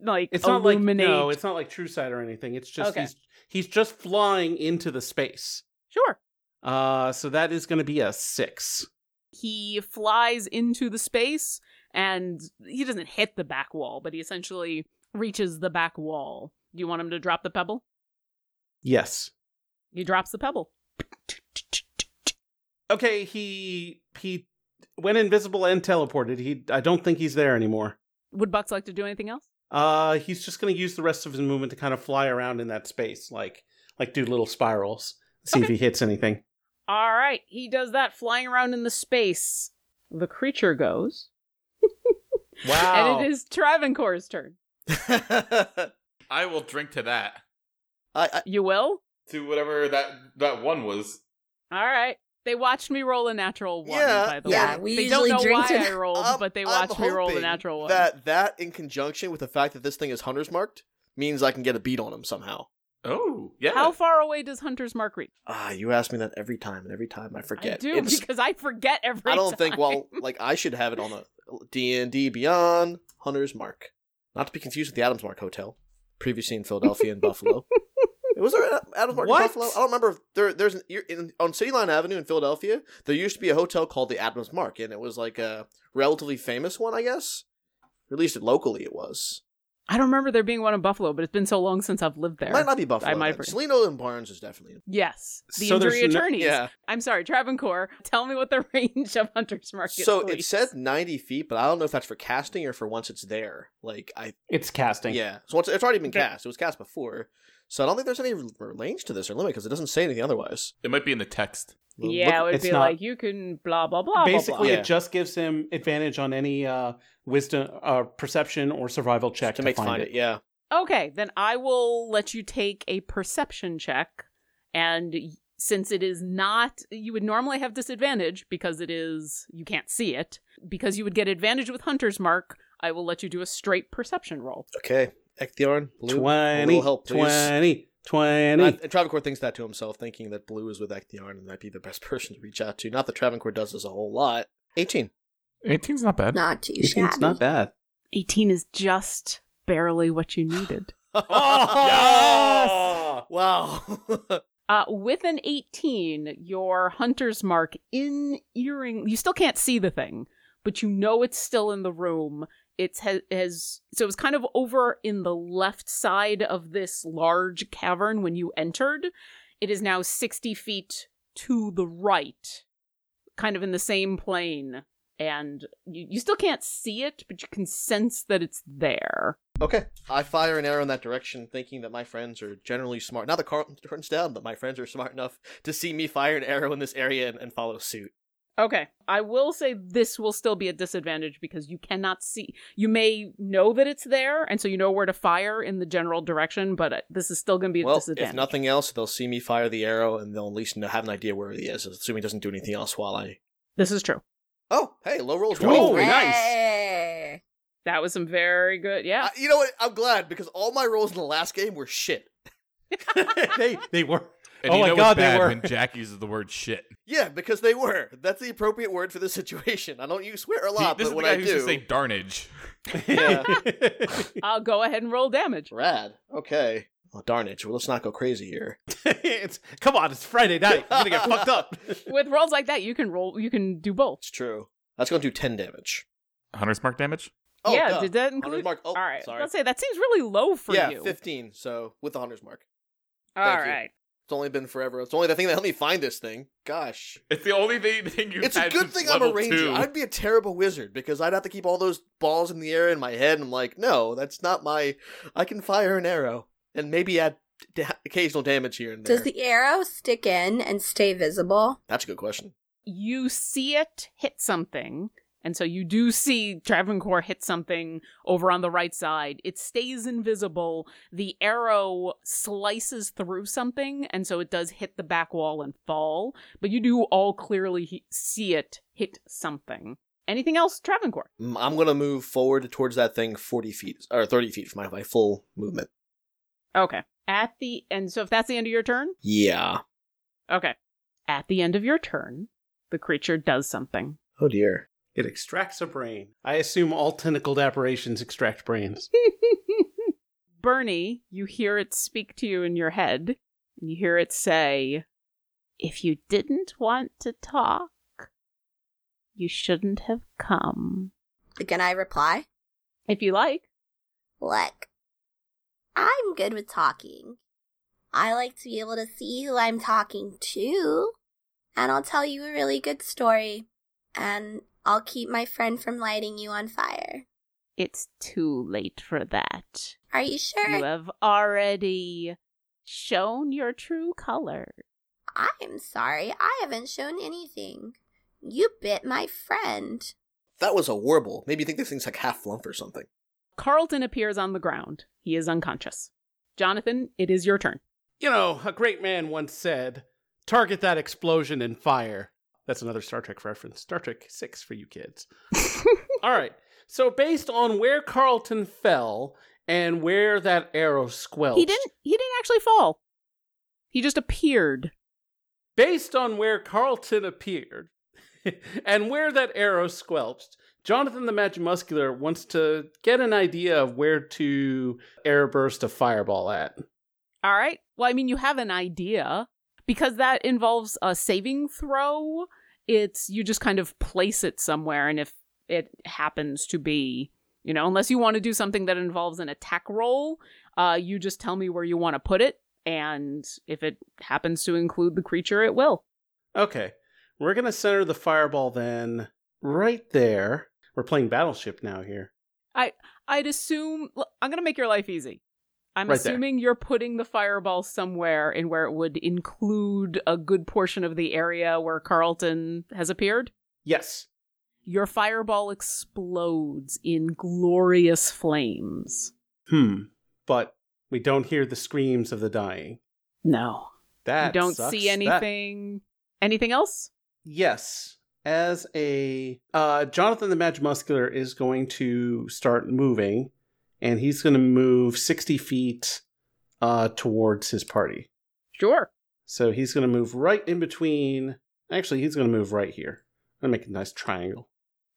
[SPEAKER 1] like
[SPEAKER 2] It's not like
[SPEAKER 1] illuminate.
[SPEAKER 2] no, it's not like True Sight or anything. It's just
[SPEAKER 1] Okay.
[SPEAKER 2] he's he's just flying into the space.
[SPEAKER 1] sure.
[SPEAKER 2] Uh, so that is going to be a six.
[SPEAKER 1] he flies into the space and he doesn't hit the back wall, but he essentially reaches the back wall. Do you want him to drop the pebble?
[SPEAKER 2] Yes.
[SPEAKER 1] He drops the pebble.
[SPEAKER 2] Okay. He he went invisible and teleported. He I don't think he's there anymore.
[SPEAKER 1] Would Bucks like to do anything else?
[SPEAKER 2] Uh, he's just going to use the rest of his movement to kind of fly around in that space, like like do little spirals, see if
[SPEAKER 1] Okay.
[SPEAKER 2] he hits anything.
[SPEAKER 1] All right, he does that flying around in the space. The creature goes, *laughs*
[SPEAKER 2] Wow.
[SPEAKER 1] and it is Travancore's turn.
[SPEAKER 4] I,
[SPEAKER 6] *laughs* I will drink to that.
[SPEAKER 4] I,
[SPEAKER 1] You will?
[SPEAKER 6] To whatever that that one was.
[SPEAKER 1] All right. They watched me roll a natural one,
[SPEAKER 4] Yeah,
[SPEAKER 1] by the
[SPEAKER 5] yeah,
[SPEAKER 1] way.
[SPEAKER 5] we
[SPEAKER 1] they
[SPEAKER 5] usually
[SPEAKER 1] don't know
[SPEAKER 5] drink
[SPEAKER 1] why
[SPEAKER 5] to
[SPEAKER 1] I rolled,
[SPEAKER 4] I'm-
[SPEAKER 1] but they
[SPEAKER 4] I'm
[SPEAKER 1] watched me roll the
[SPEAKER 4] hoping
[SPEAKER 1] natural one.
[SPEAKER 4] That that in conjunction with the fact that this thing is hunter's marked means I can get a beat on him somehow.
[SPEAKER 6] Oh, yeah.
[SPEAKER 1] How far away does Hunter's Mark reach?
[SPEAKER 4] Ah, you ask me that every time, and every time I forget.
[SPEAKER 1] I do
[SPEAKER 4] It's-
[SPEAKER 1] because I forget every.
[SPEAKER 4] I don't think.
[SPEAKER 1] time.
[SPEAKER 4] Well, like I should have it on a D and D Beyond Hunter's Mark, not to be confused with the Adams Mark Hotel, previously in Philadelphia and
[SPEAKER 1] *laughs*
[SPEAKER 4] Buffalo. It was there an Adams Mark in
[SPEAKER 2] What?
[SPEAKER 4] Buffalo. I don't remember. If there, there's an, you're in, on City Line Avenue in Philadelphia. There used to be a hotel called the Adams Mark, and it was like a relatively famous one, I guess. Or at least locally, it was.
[SPEAKER 1] *laughs* I don't remember there being one in Buffalo, but it's been so long since I've lived there.
[SPEAKER 4] It might not be Buffalo.
[SPEAKER 1] I might
[SPEAKER 4] then.
[SPEAKER 1] have forgotten.
[SPEAKER 4] Celino and Barnes is definitely.
[SPEAKER 1] Yes, the
[SPEAKER 2] So
[SPEAKER 1] injury
[SPEAKER 2] there's no-
[SPEAKER 1] attorneys.
[SPEAKER 4] yeah.
[SPEAKER 1] I'm sorry, Travancore. Tell me what the *laughs* range of Hunter's Market.
[SPEAKER 4] So it
[SPEAKER 1] please.
[SPEAKER 4] said ninety feet, but I don't know if that's for casting or for once it's there. Like I
[SPEAKER 2] It's casting.
[SPEAKER 4] Yeah. So it's, it's already been
[SPEAKER 2] Okay.
[SPEAKER 4] cast. It was cast before. So I don't think there's any r- range to this or limit because it doesn't say anything otherwise.
[SPEAKER 6] It might be in the text.
[SPEAKER 1] Yeah,
[SPEAKER 2] Look,
[SPEAKER 1] it would
[SPEAKER 2] it's
[SPEAKER 1] be
[SPEAKER 2] not-
[SPEAKER 1] like you can blah blah blah.
[SPEAKER 2] Basically,
[SPEAKER 1] blah, blah.
[SPEAKER 4] Yeah.
[SPEAKER 2] it just gives him advantage on any uh, wisdom, uh, perception, or survival check
[SPEAKER 4] to, make find, it. Yeah.
[SPEAKER 1] Okay, then I will let you take a perception check, and y- since it is not, you would normally have disadvantage because it is you can't see it. Because you would get advantage with Hunter's Mark, I will let you do a straight perception roll.
[SPEAKER 4] Okay. Ecthiorn, blue. a
[SPEAKER 2] 20,
[SPEAKER 4] little help, please.
[SPEAKER 2] 20, 20.
[SPEAKER 4] And, I, and Travancore thinks that to himself, thinking that blue is with Ecthiorn and might be the best *laughs* person to reach out to. Not that Travancore does this a whole lot. 18.
[SPEAKER 6] 18's not bad.
[SPEAKER 3] Not too
[SPEAKER 2] it's
[SPEAKER 3] shabby.
[SPEAKER 2] not bad. *laughs*
[SPEAKER 1] 18 is just barely what you needed.
[SPEAKER 4] Oh, *laughs* Wow. *laughs*
[SPEAKER 1] Uh, with an 18, your hunter's mark in earring, you still can't see the thing, but you know it's still in the room. It's ha- has so it was kind of over in the left side of this large cavern when you entered. It is now 60 feet to the right, kind of in the same plane, and you, you still can't see it, but you can sense that it's there.
[SPEAKER 4] Okay. I fire an arrow in that direction, thinking that my friends are generally smart. Not that Carlton turns down, but my friends are smart enough to see me fire an arrow in this area and, and follow suit.
[SPEAKER 1] Okay. I will say this will still be a disadvantage because you cannot see. You may know that it's there, and so you know where to fire in the general direction, but uh, this is still going to be a
[SPEAKER 4] well,
[SPEAKER 1] disadvantage.
[SPEAKER 4] if nothing else, they'll see me fire the arrow, and they'll at least know, have an idea where he is, assuming he doesn't do anything else while I.
[SPEAKER 1] This is true.
[SPEAKER 4] Oh, hey, low rolls.
[SPEAKER 2] Cool.
[SPEAKER 4] roll.
[SPEAKER 1] Oh,
[SPEAKER 2] Very nice.
[SPEAKER 3] Hey.
[SPEAKER 1] That was some very good. Yeah.
[SPEAKER 4] I- you know what? I'm glad because all my rolls in the last game were shit.
[SPEAKER 2] *laughs* they they were.
[SPEAKER 6] And
[SPEAKER 2] Oh
[SPEAKER 6] you
[SPEAKER 2] my
[SPEAKER 6] know
[SPEAKER 2] God,
[SPEAKER 6] it's
[SPEAKER 2] they
[SPEAKER 6] bad
[SPEAKER 2] were.
[SPEAKER 6] when Jack uses the word shit.
[SPEAKER 4] Yeah, because they were. That's the appropriate word for this *laughs* situation. I don't use swear a lot, but
[SPEAKER 6] this is the
[SPEAKER 4] when
[SPEAKER 6] guy
[SPEAKER 4] I
[SPEAKER 6] who
[SPEAKER 4] do,
[SPEAKER 6] should say darnage.
[SPEAKER 4] Yeah.
[SPEAKER 1] *laughs* I'll go ahead and roll damage.
[SPEAKER 4] rad. Okay. Well, darn it. Well, let's not go crazy here.
[SPEAKER 2] *laughs* it's come on, it's Friday night. You're gonna get fucked
[SPEAKER 4] *laughs*
[SPEAKER 2] up.
[SPEAKER 1] With rolls like that, you can roll. You can do both.
[SPEAKER 4] It's true. That's going to do ten damage.
[SPEAKER 6] Hunter's mark damage?
[SPEAKER 4] Oh,
[SPEAKER 1] yeah.
[SPEAKER 4] duh.
[SPEAKER 1] Did that
[SPEAKER 4] Hunter's
[SPEAKER 1] include?
[SPEAKER 4] mark. Oh,
[SPEAKER 1] All right.
[SPEAKER 4] sorry.
[SPEAKER 1] Let's say that seems really low for
[SPEAKER 4] yeah,
[SPEAKER 1] you.
[SPEAKER 4] fifteen. So with the hunter's mark,
[SPEAKER 1] All
[SPEAKER 4] thank you.
[SPEAKER 1] right.
[SPEAKER 4] it's only been forever. It's only the thing that helped me find this thing. Gosh.
[SPEAKER 6] It's the only thing, thing you
[SPEAKER 4] it's a good thing I'm a ranger. i I'd be a terrible wizard because I'd have to keep all those balls in the air in my head. And I'm like, no, that's not my. I can fire an arrow and maybe add da- occasional damage here and there.
[SPEAKER 3] Does the arrow stick in and stay visible?
[SPEAKER 4] That's a good question.
[SPEAKER 1] you see it hit something. And so you do see Travancore hit something over on the right side. It stays invisible. The arrow slices through something, and so it does hit the back wall and fall. But you do all clearly he- see it hit something. Anything else, Travancore?
[SPEAKER 4] Mm, I'm gonna move forward towards that thing forty feet or thirty feet from my, my full movement.
[SPEAKER 1] Okay. At the and so if that's the end of your turn,
[SPEAKER 4] Yeah.
[SPEAKER 1] okay. At the end of your turn, the creature does something.
[SPEAKER 4] Oh dear.
[SPEAKER 2] It extracts a brain. I assume all tentacled aberrations extract brains.
[SPEAKER 1] *laughs* Bernie, you hear it speak to you in your head, and you hear it say, If you didn't want to talk, you shouldn't have come.
[SPEAKER 3] Can I reply?
[SPEAKER 1] If you like.
[SPEAKER 3] Look, I'm good with talking. I like to be able to see who I'm talking to. And I'll tell you a really good story. And I'll keep my friend from lighting you on fire.
[SPEAKER 1] It's too late for that.
[SPEAKER 3] Are you sure?
[SPEAKER 1] You have already shown your true color.
[SPEAKER 3] I'm sorry. I haven't shown anything. You bit my friend.
[SPEAKER 4] That was a warble. Maybe you think this thing's like half lump or something.
[SPEAKER 1] Carlton appears on the ground. He is unconscious. Jonathan, it is your turn.
[SPEAKER 2] You know, a great man once said, target that explosion and fire. That's another Star Trek reference. Star Trek 6 for you
[SPEAKER 1] *laughs*
[SPEAKER 2] kids. All right. So, based on where Carlton fell and where that arrow squelched,
[SPEAKER 1] He didn't he didn't actually fall. He just appeared.
[SPEAKER 2] based on where Carlton appeared *laughs* and where that arrow squelched, Jonathan the Magic Muscular wants to get an idea of where to airburst a fireball at.
[SPEAKER 1] All right. Well, I mean, you have an idea because that involves a saving throw. It's you just kind of place it somewhere, and if it happens to be, you know, unless you want to do something that involves an attack roll, uh, you just tell me where you want to put it, and if it happens to include the creature, it will.
[SPEAKER 2] Okay. We're going to center the fireball then right there. We're playing Battleship now here.
[SPEAKER 1] I'd assume l- I'm gonna make your life easy. I'm
[SPEAKER 2] Right there.
[SPEAKER 1] assuming you're putting the fireball somewhere in where it would include a good portion of the area where Carlton has appeared.
[SPEAKER 2] Yes.
[SPEAKER 1] Your fireball explodes in glorious flames.
[SPEAKER 2] Hmm. But we don't hear the screams of the dying.
[SPEAKER 1] No.
[SPEAKER 2] That
[SPEAKER 1] you don't
[SPEAKER 2] sucks.
[SPEAKER 1] see
[SPEAKER 2] That-
[SPEAKER 1] anything. Anything else?
[SPEAKER 2] Yes. As a uh Jonathan the Magic Muscular is going to start moving and he's going to move 60 feet uh towards his party.
[SPEAKER 1] Sure.
[SPEAKER 2] So he's going to move right in between Actually, he's going to move right here. I'm going to make a nice triangle.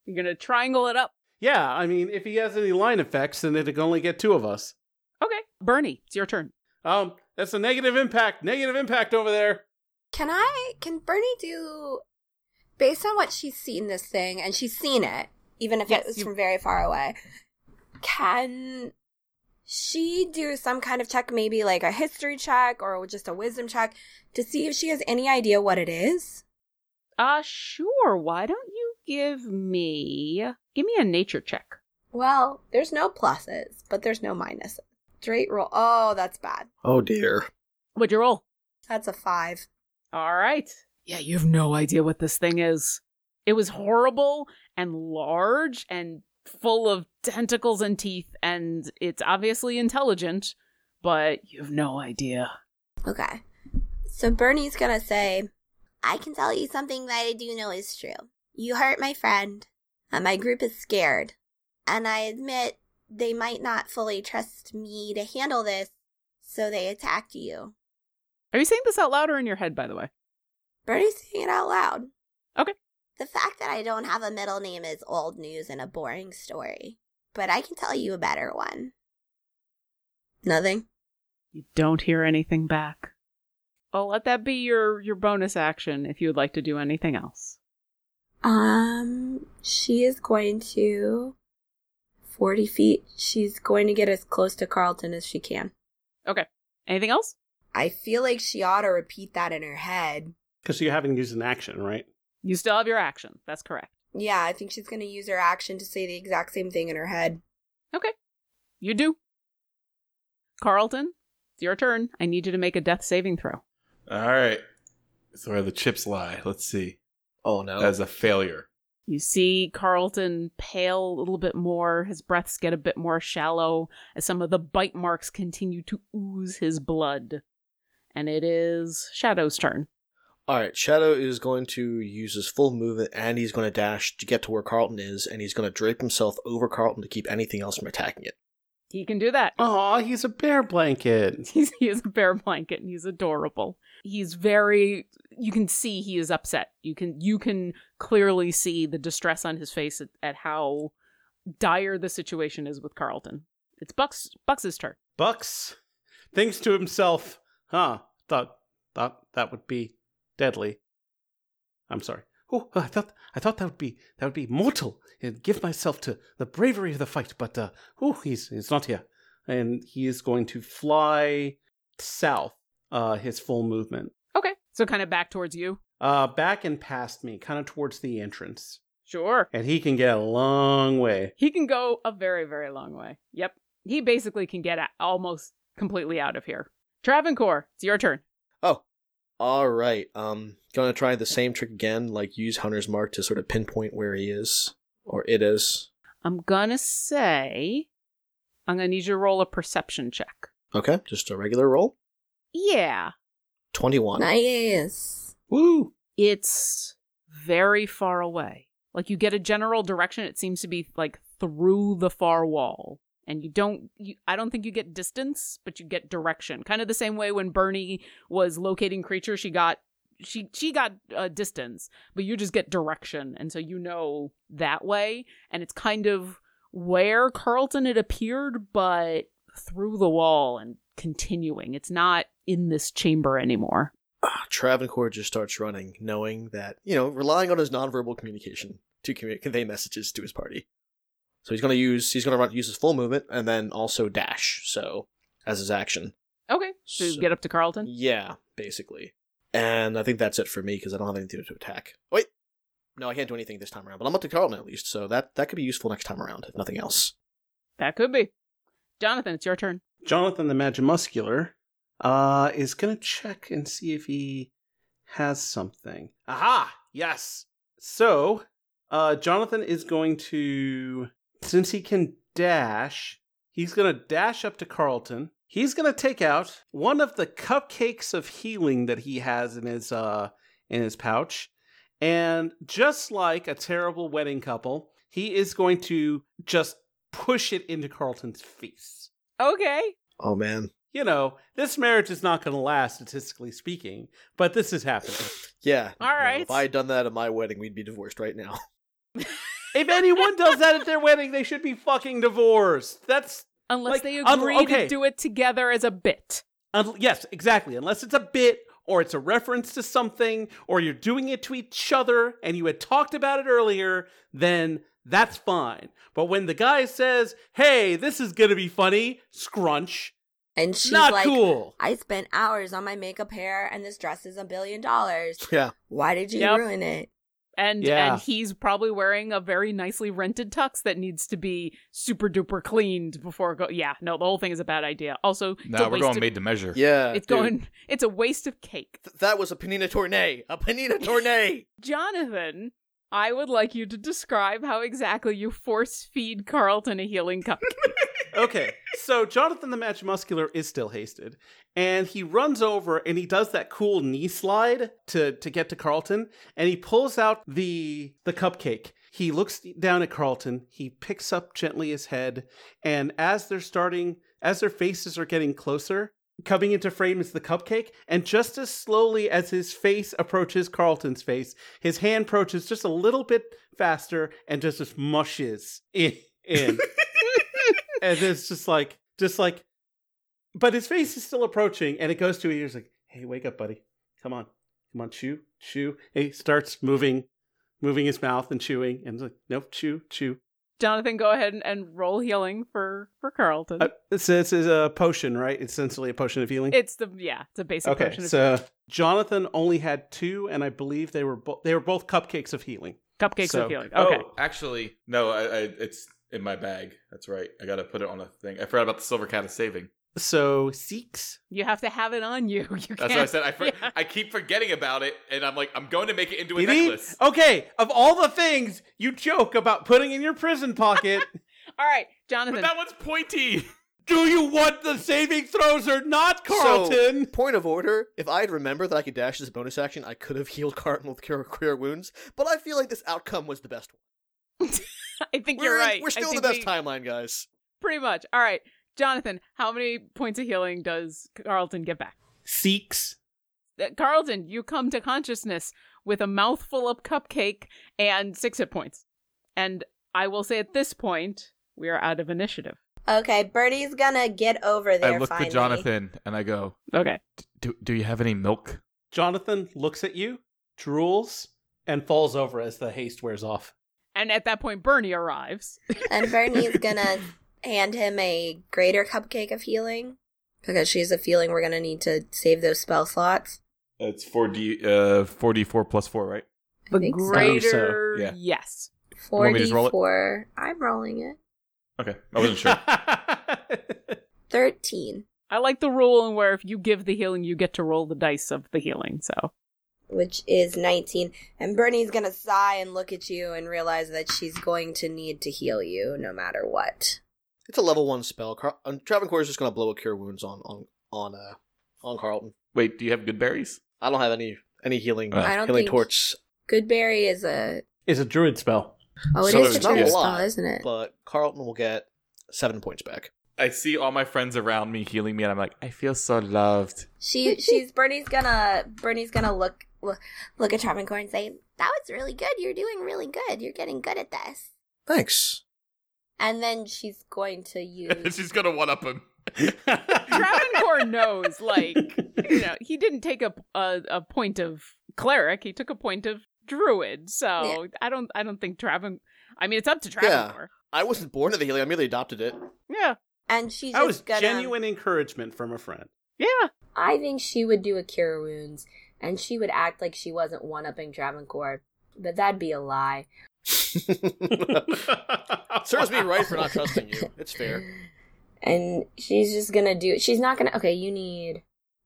[SPEAKER 1] You're going to triangle it up.
[SPEAKER 2] Yeah, I mean, if he has any line effects, then it can only get two of us.
[SPEAKER 1] Okay. Bernie, it's your turn.
[SPEAKER 2] Um, that's a negative impact. Negative impact over there.
[SPEAKER 5] Can I? Can Bernie do? Based on what she's seen this thing, and she's seen it, even if
[SPEAKER 1] Yes,
[SPEAKER 5] it was
[SPEAKER 1] you-
[SPEAKER 5] from very far away, can she do some kind of check, maybe like a history check or just a wisdom check, to see if she has any idea what it is?
[SPEAKER 1] Uh sure. Why don't you give me give me a nature check.
[SPEAKER 5] Well, there's no pluses, but there's no minuses. Straight roll. Oh, that's bad.
[SPEAKER 4] Oh dear.
[SPEAKER 1] What'd you roll?
[SPEAKER 5] That's a five.
[SPEAKER 1] All right. Yeah, you have no idea what this thing is. It was horrible and large and full of tentacles and teeth, and it's obviously intelligent, but you have no idea.
[SPEAKER 3] Okay. So Bernie's gonna say, I can tell you something that I do know is true. You hurt my friend, and my group is scared. And I admit they might not fully trust me to handle this, so they attacked you.
[SPEAKER 1] Are you saying this out loud or in your head, by the way?
[SPEAKER 3] Bernie's saying it out loud.
[SPEAKER 1] Okay.
[SPEAKER 3] The fact that I don't have a middle name is old news and a boring story, but I can tell you a better one. Nothing.
[SPEAKER 1] You don't hear anything back. I'll let that be your, your bonus action if you would like to do anything else.
[SPEAKER 5] Um, she is going to 40 feet. She's going to get as close to Carlton as she can.
[SPEAKER 1] Okay. Anything else?
[SPEAKER 5] I feel like she ought to repeat that in her head.
[SPEAKER 2] Because you haven't used an action, right?
[SPEAKER 1] You still have your action. That's correct.
[SPEAKER 5] Yeah, I think she's going to use her action to say the exact same thing in her head.
[SPEAKER 1] Okay. You do. Carlton, it's your turn. I need you to make a death saving throw.
[SPEAKER 6] All right. That's where the chips lie. Let's see.
[SPEAKER 4] Oh no.
[SPEAKER 6] That is a failure.
[SPEAKER 1] You see Carlton pale a little bit more, his breaths get a bit more shallow as some of the bite marks continue to ooze his blood. And it is Shadow's turn.
[SPEAKER 4] All right, Shadow is going to use his full movement and he's going to dash to get to where Carlton is and he's going to drape himself over Carlton to keep anything else from attacking it.
[SPEAKER 1] He can do that. *laughs*
[SPEAKER 2] Aw, he's a bear blanket.
[SPEAKER 1] He's, he is a bear blanket and he's adorable. He's very you can see he is upset. You can you can clearly see the distress on his face at, at how dire the situation is with Carlton. It's Buck's Buck's turn.
[SPEAKER 2] Bucks thinks to himself, huh, thought thought that would be deadly. I'm sorry. Oh, I thought I thought that would be that would be mortal and give myself to the bravery of the fight, but uh oh he's he's not here. And he is going to fly south, uh his full movement.
[SPEAKER 1] Okay. So kind of back towards you.
[SPEAKER 2] Uh back and past me, kind of towards the entrance.
[SPEAKER 1] Sure.
[SPEAKER 2] And he can get a long way.
[SPEAKER 1] He can go a very, very long way. Yep. He basically can get a- almost completely out of here. Travancore, it's your turn.
[SPEAKER 4] All right, um, going to try the same trick again, like use Hunter's Mark to sort of pinpoint where he is or it is.
[SPEAKER 1] I'm gonna say I'm gonna need you to roll a perception check.
[SPEAKER 4] Okay, just a regular roll.
[SPEAKER 1] Yeah.
[SPEAKER 4] 21.
[SPEAKER 3] Nice.
[SPEAKER 2] Woo!
[SPEAKER 1] It's very far away. Like you get a general direction, it seems to be like through the far wall. And you don't you, I don't think you get distance, but you get direction. Kind of the same way when Bernie was locating creature, she got she she got uh, distance, but you just get direction, and so you know that way. And it's kind of where Carlton had appeared, but through the wall and continuing. It's not in this chamber anymore.
[SPEAKER 4] Ah, Travancore just starts running, knowing that, you know, relying on his nonverbal communication to commu- convey messages to his party. So he's going to use he's going to run use his full movement and then also dash, so as his action.
[SPEAKER 1] Okay, so you
[SPEAKER 4] So-
[SPEAKER 1] get up to Carlton.
[SPEAKER 4] Yeah, basically. And I think that's it for me because I don't have anything to attack. Wait, no, I can't do anything this time around. But I'm up to Carlton at least, so that that could be useful next time around, if nothing else.
[SPEAKER 1] That could be. Jonathan, it's your turn.
[SPEAKER 2] Jonathan the Magimuscular uh, is going to check and see if he has something. Aha! Yes! So, uh, Jonathan is going to, since he can dash, he's going to dash up to Carlton. He's going to take out one of the cupcakes of healing that he has in his uh, in his pouch, and just like a terrible wedding couple, he is going to just push it into Carlton's face
[SPEAKER 1] Okay.
[SPEAKER 4] Oh man,
[SPEAKER 2] you know, this marriage is not going to last, statistically speaking, but this is happening.
[SPEAKER 4] yeah.
[SPEAKER 1] All
[SPEAKER 4] no,
[SPEAKER 1] right.
[SPEAKER 4] if I had done that at my wedding, we'd be divorced right *laughs* now.
[SPEAKER 2] if anyone does that at their wedding, they should be fucking divorced. That's,
[SPEAKER 1] Unless
[SPEAKER 2] Like,
[SPEAKER 1] they
[SPEAKER 2] un-
[SPEAKER 1] agree
[SPEAKER 2] okay.
[SPEAKER 1] to do it together as a bit.
[SPEAKER 2] un- yes, exactly. Unless it's a bit or it's a reference to something or you're doing it to each other and you had talked about it earlier, then that's fine. But when the guy says, hey, this is going to be funny, scrunch,
[SPEAKER 3] And she's
[SPEAKER 2] not
[SPEAKER 3] like,
[SPEAKER 2] cool.
[SPEAKER 3] I spent hours on my makeup hair, and this dress is a billion dollars.
[SPEAKER 4] Yeah.
[SPEAKER 3] Why did you
[SPEAKER 1] Yep.
[SPEAKER 3] ruin it?
[SPEAKER 1] And
[SPEAKER 2] Yeah.
[SPEAKER 1] and he's probably wearing a very nicely rented tux that needs to be super duper cleaned before go. Yeah, no, the whole thing is a bad idea. Also, it's
[SPEAKER 6] Now
[SPEAKER 1] a
[SPEAKER 6] we're
[SPEAKER 1] waste
[SPEAKER 6] going
[SPEAKER 1] of-
[SPEAKER 6] made to measure.
[SPEAKER 4] Yeah.
[SPEAKER 1] It's
[SPEAKER 4] dude.
[SPEAKER 1] going. It's a waste of cake.
[SPEAKER 4] Th- that was a panina tournay. A panina tournay.
[SPEAKER 1] Jonathan, I would like you to describe how exactly you force feed Carlton a healing cup.
[SPEAKER 2] okay, so Jonathan the Match Muscular is still hasted, and he runs over and he does that cool knee slide to to get to Carlton, and he pulls out the the cupcake. He looks down at Carlton. He picks up gently his head, and as they're starting, as their faces are getting closer, coming into frame is the cupcake. And just as slowly as his face approaches Carlton's face, his hand approaches just a little bit faster and just, just mushes in. in and it's just like just like but his face is still approaching and it goes to his ears like hey wake up buddy come on come on chew chew and he starts moving moving his mouth and chewing and it's like nope chew chew
[SPEAKER 1] Jonathan, go ahead and, and roll healing for for Carlton.
[SPEAKER 2] uh, this, this is a potion right it's essentially a potion of healing
[SPEAKER 1] it's the yeah, it's a basic
[SPEAKER 2] okay
[SPEAKER 1] potion of
[SPEAKER 2] so jonathan only had two and i believe they were both they were both cupcakes of healing
[SPEAKER 1] cupcakes
[SPEAKER 2] so-
[SPEAKER 1] of healing. Okay.
[SPEAKER 6] Oh, actually, no. I, I it's in my bag. That's right. I gotta put it on a thing. I forgot about the silver cat of saving.
[SPEAKER 2] So six.
[SPEAKER 1] You have to have it on you. *laughs* You can't.
[SPEAKER 6] That's what I said. I, for-
[SPEAKER 1] Yeah.
[SPEAKER 6] I keep forgetting about it, and I'm like, I'm going to make it into a
[SPEAKER 2] You need-
[SPEAKER 6] necklace.
[SPEAKER 2] Okay, of all the things you joke about putting in your prison pocket,
[SPEAKER 1] All right,
[SPEAKER 6] But
[SPEAKER 1] Jonathan.
[SPEAKER 6] that one's pointy.
[SPEAKER 2] do you want the saving throws or not,
[SPEAKER 4] So-
[SPEAKER 2] Carlton?
[SPEAKER 4] *laughs* Point of order: If I had remembered that I could dash as a bonus action, I could have *laughs* healed Carton with cure, cure wounds. But I feel like this outcome was the best one.
[SPEAKER 1] *laughs* I think
[SPEAKER 4] we're
[SPEAKER 1] you're
[SPEAKER 4] in-
[SPEAKER 1] right.
[SPEAKER 4] We're
[SPEAKER 1] I
[SPEAKER 4] still in the
[SPEAKER 1] think
[SPEAKER 4] best
[SPEAKER 1] we-
[SPEAKER 4] timeline, guys.
[SPEAKER 1] Pretty much. All right, Jonathan. How many points of healing does Carlton get back?
[SPEAKER 2] Six.
[SPEAKER 1] Uh, Carlton, you come to consciousness with a mouthful of cupcake and six hit points. And I will say at this point, we are out of initiative.
[SPEAKER 3] Okay, Bertie's gonna get over there.
[SPEAKER 6] I look
[SPEAKER 3] finally.
[SPEAKER 6] to Jonathan and I go,
[SPEAKER 1] Okay.
[SPEAKER 6] do, do you have any milk?
[SPEAKER 2] Jonathan looks at you, drools, and falls over as the haste wears off.
[SPEAKER 1] And at that point, Bernie arrives.
[SPEAKER 3] And Bernie's gonna hand him a greater cupcake of healing because she's a feeling we're gonna need to save those spell slots.
[SPEAKER 6] It's four D, uh, four D four plus four, right?
[SPEAKER 1] *laughs*
[SPEAKER 3] I
[SPEAKER 1] The
[SPEAKER 3] think so.
[SPEAKER 1] greater.
[SPEAKER 6] Yeah.
[SPEAKER 1] Yes.
[SPEAKER 6] You
[SPEAKER 3] Four
[SPEAKER 6] want me to
[SPEAKER 3] D
[SPEAKER 6] just roll it?
[SPEAKER 3] four. I'm rolling it.
[SPEAKER 6] Okay, I
[SPEAKER 2] *laughs*
[SPEAKER 6] wasn't *laughs* sure.
[SPEAKER 3] Thirteen,
[SPEAKER 1] I like the rule in where if you give the healing, you get to roll the dice of the healing. So
[SPEAKER 3] which is nineteen. And Bernie's gonna sigh and look at you and realize that she's going to need to heal you no matter what.
[SPEAKER 4] It's a level one spell. Car- um, Travancore is just gonna blow a cure wounds on on on uh on Carlton.
[SPEAKER 6] Wait, do you have good berries?
[SPEAKER 4] I don't have any any healing
[SPEAKER 6] Uh,
[SPEAKER 3] I don't
[SPEAKER 4] healing
[SPEAKER 3] think-
[SPEAKER 4] torch,
[SPEAKER 3] Goodberry is a
[SPEAKER 2] Is a druid spell.
[SPEAKER 3] oh, it is
[SPEAKER 4] So
[SPEAKER 3] a
[SPEAKER 4] it's not
[SPEAKER 3] true
[SPEAKER 4] a
[SPEAKER 3] spell,
[SPEAKER 4] lot,
[SPEAKER 3] isn't it?
[SPEAKER 4] but Carlton will get seven points back.
[SPEAKER 6] I see all my friends around me healing me, and I'm like, I feel so *laughs* loved.
[SPEAKER 3] She she's Bernie's gonna Bernie's gonna look look, look at Travancore and say, "That was really good. You're doing really good. You're getting good at this."
[SPEAKER 4] Thanks.
[SPEAKER 3] And then she's going to use
[SPEAKER 6] She's gonna one up him.
[SPEAKER 2] *laughs*
[SPEAKER 1] Travancore knows, like, you know, he didn't take a, a a point of cleric; he took a point of druid. So I don't, I don't think Travan. I mean, it's up to Travancore.
[SPEAKER 4] I wasn't born with the healing. I merely adopted *laughs* it.
[SPEAKER 1] Yeah,
[SPEAKER 3] and she's
[SPEAKER 2] that was
[SPEAKER 3] just gonna
[SPEAKER 2] genuine encouragement from a *laughs* friend.
[SPEAKER 1] yeah.
[SPEAKER 3] I think she would do a cure wounds and she would act like she wasn't one upping Travancore. But that'd be a lie.
[SPEAKER 4] Serves me right for not trusting you. It's fair.
[SPEAKER 3] *sighs* And she's just gonna do she's not gonna okay, you need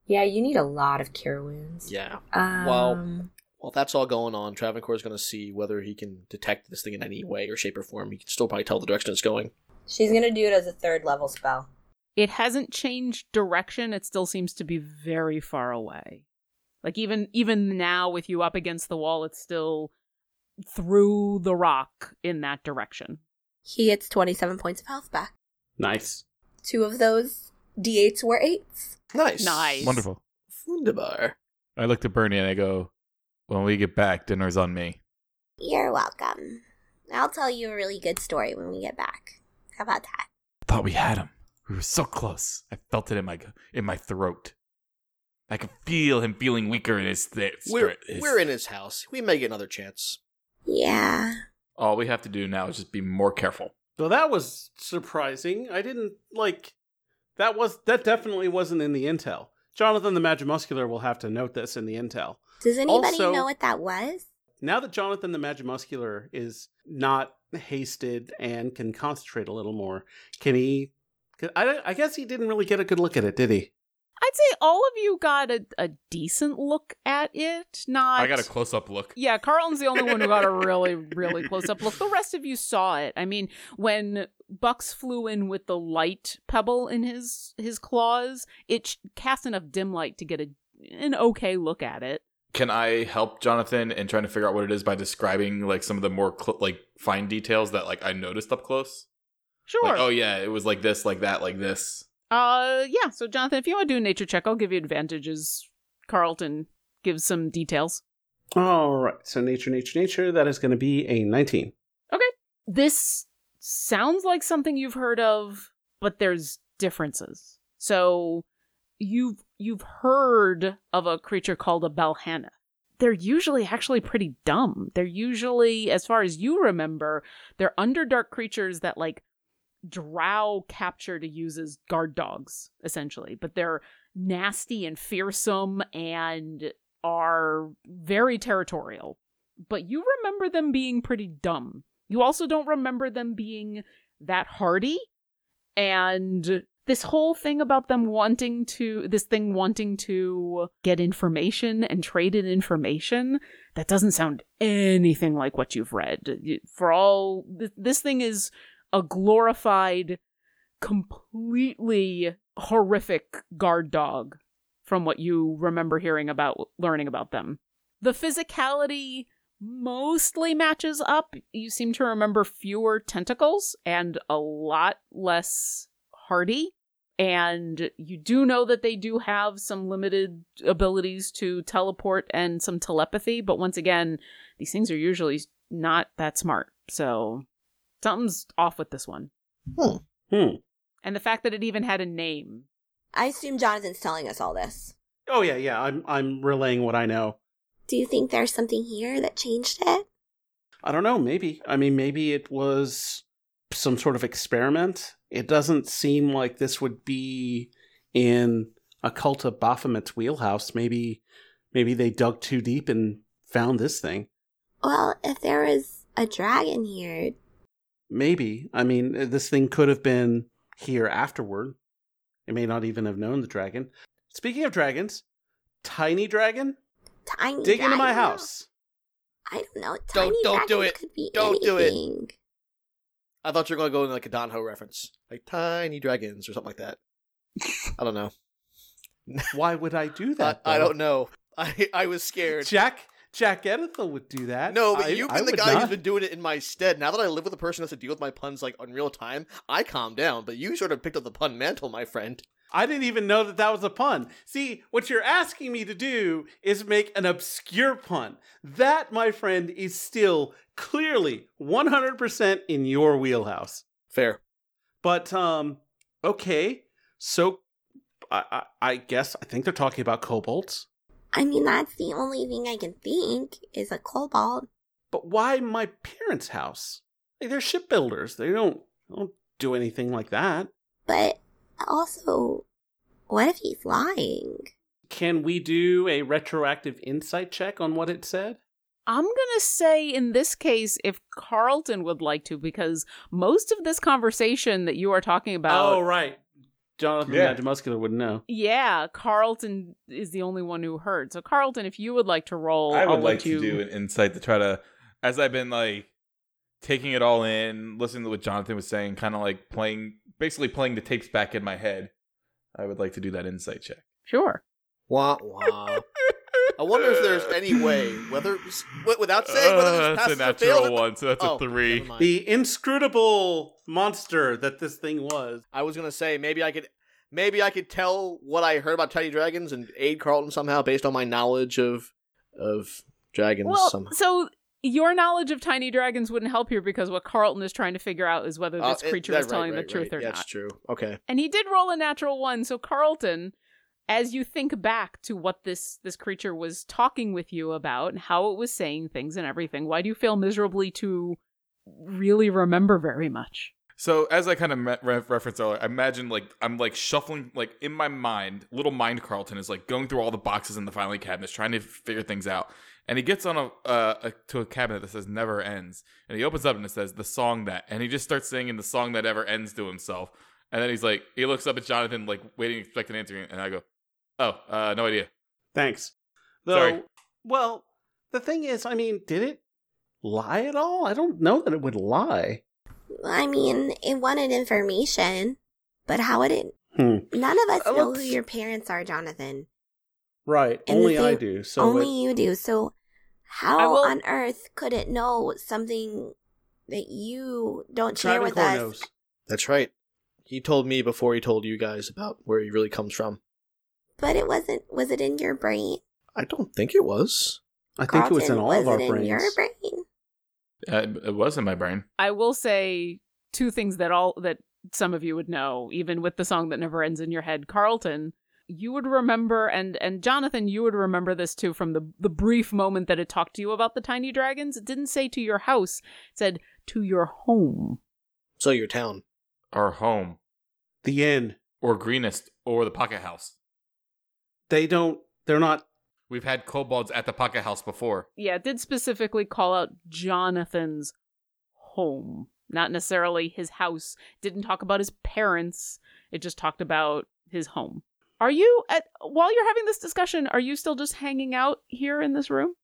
[SPEAKER 3] yeah, you need a lot of cure wounds.
[SPEAKER 4] *laughs* Yeah.
[SPEAKER 3] Um,
[SPEAKER 4] Well, Well, that's all going on. Travancore is going to see whether he can detect this thing in any way or shape or form. He can still probably tell the direction it's going.
[SPEAKER 3] she's gonna do it as a third level spell.
[SPEAKER 1] it hasn't changed direction it still seems to be very far away like even even now with you up against the wall it's still through the rock in that direction
[SPEAKER 3] He gets twenty seven points of health back.
[SPEAKER 2] Nice.
[SPEAKER 3] Two of those D8s were eights.
[SPEAKER 4] Nice.
[SPEAKER 1] Nice.
[SPEAKER 6] Wonderful.
[SPEAKER 4] Wunderbar.
[SPEAKER 6] I look to Bernie and I go, when we get back, dinner's on me.
[SPEAKER 3] You're welcome. I'll tell you a really good story when we get back. How about that?
[SPEAKER 6] I thought we had him. We were so close. I felt it in my in my throat. I could feel him feeling weaker in his throat.
[SPEAKER 4] We're, we're in his house. We may get another chance.
[SPEAKER 3] Yeah.
[SPEAKER 6] All we have to do now is just be more careful.
[SPEAKER 2] So that was surprising. I didn't like that was that definitely wasn't in the intel. Jonathan the Magimuscular will have to note this in the intel.
[SPEAKER 3] Does anybody
[SPEAKER 2] Also-
[SPEAKER 3] know what that was?
[SPEAKER 2] Now that Jonathan the Magimuscular is not hasted and can concentrate a little more, can he? I, I guess he didn't really get a good look at it, did he?
[SPEAKER 1] i'd say all of you got a, a decent look at it not
[SPEAKER 6] I got a close up look.
[SPEAKER 1] *laughs* Yeah, Carlton's the only one who got a really, really close up look. The rest of you saw it. I mean, when Bucks flew in with the light pebble in his his claws, it sh- cast enough dim light to get a an okay look at it.
[SPEAKER 6] Can I help Jonathan in trying to figure out what it is by describing like some of the more cl- like fine details that like I noticed up close?
[SPEAKER 1] Sure.
[SPEAKER 6] Like, oh yeah, it was like this, like that, like this.
[SPEAKER 1] Uh, yeah. So Jonathan, if you want to do a nature check, I'll give you advantages. Carlton gives some details.
[SPEAKER 2] All right. So nature, nature, nature. That is going to be a nineteen.
[SPEAKER 1] this sounds like something you've heard of, but there's differences. So you've you've heard of a creature called a Belhanna. They're usually actually pretty dumb. They're usually, as far as you remember, they're underdark creatures that like drow capture to use as guard dogs, essentially. But they're nasty and fearsome and are very territorial. But you remember them being pretty dumb. You also don't remember them being that hardy. And this whole thing about them wanting to this thing wanting to get information and trade in information that doesn't sound anything like what you've read You- for all th- this thing is a glorified completely horrific guard dog from what you remember hearing about learning about them the physicality mostly matches up you seem to remember fewer tentacles and a lot less hardy. And you do know that they do have some limited abilities to teleport and some telepathy, but once again, these things are usually not that smart. So something's off with this one.
[SPEAKER 2] Hmm.
[SPEAKER 1] And the fact that it even had a name.
[SPEAKER 3] I assume Jonathan's telling us all this.
[SPEAKER 2] Oh yeah, yeah. I'm I'm relaying what I know.
[SPEAKER 3] Do you think there's something here that changed it?
[SPEAKER 2] I don't know. Maybe. I mean, maybe it was some sort of experiment. It doesn't seem like this would be in a cult of Baphomet's wheelhouse. Maybe, maybe they dug too deep and found this thing.
[SPEAKER 3] Well, if there was a dragon here,
[SPEAKER 2] Maybe. I mean, uh, this thing could have been here afterward. It may not even have known the dragon. Speaking of dragons, tiny dragon,
[SPEAKER 3] tiny
[SPEAKER 2] dig into my
[SPEAKER 3] dragon-
[SPEAKER 2] house.
[SPEAKER 3] I don't know. Tiny
[SPEAKER 4] Don't- don't do
[SPEAKER 3] dragon
[SPEAKER 4] it.
[SPEAKER 3] Could be
[SPEAKER 4] Don't do it.
[SPEAKER 3] anything.
[SPEAKER 4] I thought you were going to go into like a Don Ho reference, like tiny dragons or something like that. I don't know.
[SPEAKER 2] Why would I do
[SPEAKER 4] I,
[SPEAKER 2] that?
[SPEAKER 4] I
[SPEAKER 2] though?
[SPEAKER 4] don't know. I I was scared.
[SPEAKER 2] Jack Jack Edithel would do that.
[SPEAKER 4] No, but
[SPEAKER 2] I-
[SPEAKER 4] you've
[SPEAKER 2] I
[SPEAKER 4] been the
[SPEAKER 2] would
[SPEAKER 4] guy who's
[SPEAKER 2] not.
[SPEAKER 4] been doing it in my stead. Now that I live with a person who has to deal with my puns like in real time, I calm down. But you sort of picked up the pun mantle, my friend.
[SPEAKER 2] I didn't even know that that was a pun. See, what you're asking me to do is make an obscure pun. That, my friend, is still clearly 100% in your wheelhouse.
[SPEAKER 4] Fair.
[SPEAKER 2] But um, okay, so I, I, I guess I think they're talking about kobolds.
[SPEAKER 3] I mean, that's the only thing I can think is a cobalt.
[SPEAKER 2] But why my parents' house? Like, they're shipbuilders. They don't they don't do anything like that.
[SPEAKER 3] But also, what if he's lying?
[SPEAKER 2] Can we do a retroactive insight check on what it said?
[SPEAKER 1] I'm going to say in this case, if Carlton would like to, because most of this conversation that you are talking about.
[SPEAKER 2] oh right, Jonathan
[SPEAKER 6] Yeah.
[SPEAKER 2] yeah. Muscular would know.
[SPEAKER 1] Yeah, Carlton is the only one who heard. So Carlton, if you would like to roll,
[SPEAKER 6] I
[SPEAKER 1] I'll
[SPEAKER 6] would
[SPEAKER 1] let
[SPEAKER 6] like
[SPEAKER 1] you...
[SPEAKER 6] to do an insight to try to, as I've been like taking it all in, listening to what Jonathan was saying, kind of like playing, basically playing the tapes back in my head. I would like to do that insight check.
[SPEAKER 1] Sure.
[SPEAKER 6] Uh,
[SPEAKER 4] Wah wah. I wonder if there's any way whether it was- wi- without saying whether
[SPEAKER 6] Uh,
[SPEAKER 4] this
[SPEAKER 6] that's
[SPEAKER 4] passes
[SPEAKER 6] a
[SPEAKER 4] or
[SPEAKER 6] natural
[SPEAKER 4] failed.
[SPEAKER 6] one, so that's
[SPEAKER 4] Oh,
[SPEAKER 6] a three.
[SPEAKER 4] never mind.
[SPEAKER 2] The inscrutable monster that this thing was.
[SPEAKER 4] I was gonna say maybe I could maybe I could tell what I heard about tiny dragons and aid Carlton somehow based on my knowledge of of dragons.
[SPEAKER 1] Well,
[SPEAKER 4] somehow.
[SPEAKER 1] so your knowledge of tiny dragons wouldn't help here because what Carlton is trying to figure out is whether
[SPEAKER 4] Uh,
[SPEAKER 1] this
[SPEAKER 4] it-
[SPEAKER 1] creature
[SPEAKER 4] that-
[SPEAKER 1] is
[SPEAKER 4] right,
[SPEAKER 1] telling
[SPEAKER 4] right,
[SPEAKER 1] the truth
[SPEAKER 4] right.
[SPEAKER 1] or
[SPEAKER 4] That's
[SPEAKER 1] not.
[SPEAKER 4] true. Okay.
[SPEAKER 1] And he did roll a natural one. So Carlton, as you think back to what this this creature was talking with you about and how it was saying things and everything, why do you fail miserably to really remember very much?
[SPEAKER 6] So as I kind of me- re- referenced earlier, I imagine like I'm like shuffling like in my mind, little mind Carlton is like going through all the boxes in the filing cabinets, trying to figure things out. And he gets on a, uh, a to a cabinet that says "Never Ends," and he opens up and it says "The Song That," and he just starts singing the song that ever ends to himself. And then he's like, he looks up at Jonathan, like waiting, expecting an answer, and I go, "Oh, uh, no idea."
[SPEAKER 2] Thanks. Though,
[SPEAKER 6] Sorry.
[SPEAKER 2] well, the thing is, I mean, did it lie at all? I don't know that it would lie.
[SPEAKER 3] I mean, it wanted information, but how would it?
[SPEAKER 2] Hmm.
[SPEAKER 3] None of us
[SPEAKER 5] Uh,
[SPEAKER 3] know who
[SPEAKER 5] let's-
[SPEAKER 3] your parents are, Jonathan.
[SPEAKER 2] Right.
[SPEAKER 3] And the
[SPEAKER 2] only I
[SPEAKER 3] thing-
[SPEAKER 2] do. So
[SPEAKER 3] Only
[SPEAKER 2] it-
[SPEAKER 3] you do. So,
[SPEAKER 1] I
[SPEAKER 3] how
[SPEAKER 1] will-
[SPEAKER 3] on earth could it know something that you don't share with
[SPEAKER 2] Travancore
[SPEAKER 3] us?
[SPEAKER 2] knows.
[SPEAKER 4] That's right. He told me before he told you guys about where he really comes from.
[SPEAKER 3] But it wasn't. Was it in your brain?
[SPEAKER 4] I don't think it was.
[SPEAKER 2] I think it was in
[SPEAKER 3] Carlton,
[SPEAKER 2] all of our
[SPEAKER 3] it
[SPEAKER 2] brains.
[SPEAKER 3] In your brain.
[SPEAKER 6] Uh, it was in my brain.
[SPEAKER 1] I will say two things that all that some of you would know, even with the song that never ends in your head, Carlton. You would remember, and and Jonathan, you would remember this too from the the brief moment that it talked to you about the tiny dragons. It didn't say to your house; it said to your home.
[SPEAKER 4] So your town.
[SPEAKER 6] Our home,
[SPEAKER 2] The inn.
[SPEAKER 6] or greenest, or the pocket house.
[SPEAKER 2] They don't. They're not.
[SPEAKER 6] We've had kobolds at the pocket house before.
[SPEAKER 1] Yeah, it did specifically call out Jonathan's home, not necessarily his house. Didn't talk about his parents. It just talked about his home. Are you at while you're having this discussion, are you still just hanging out here in this room?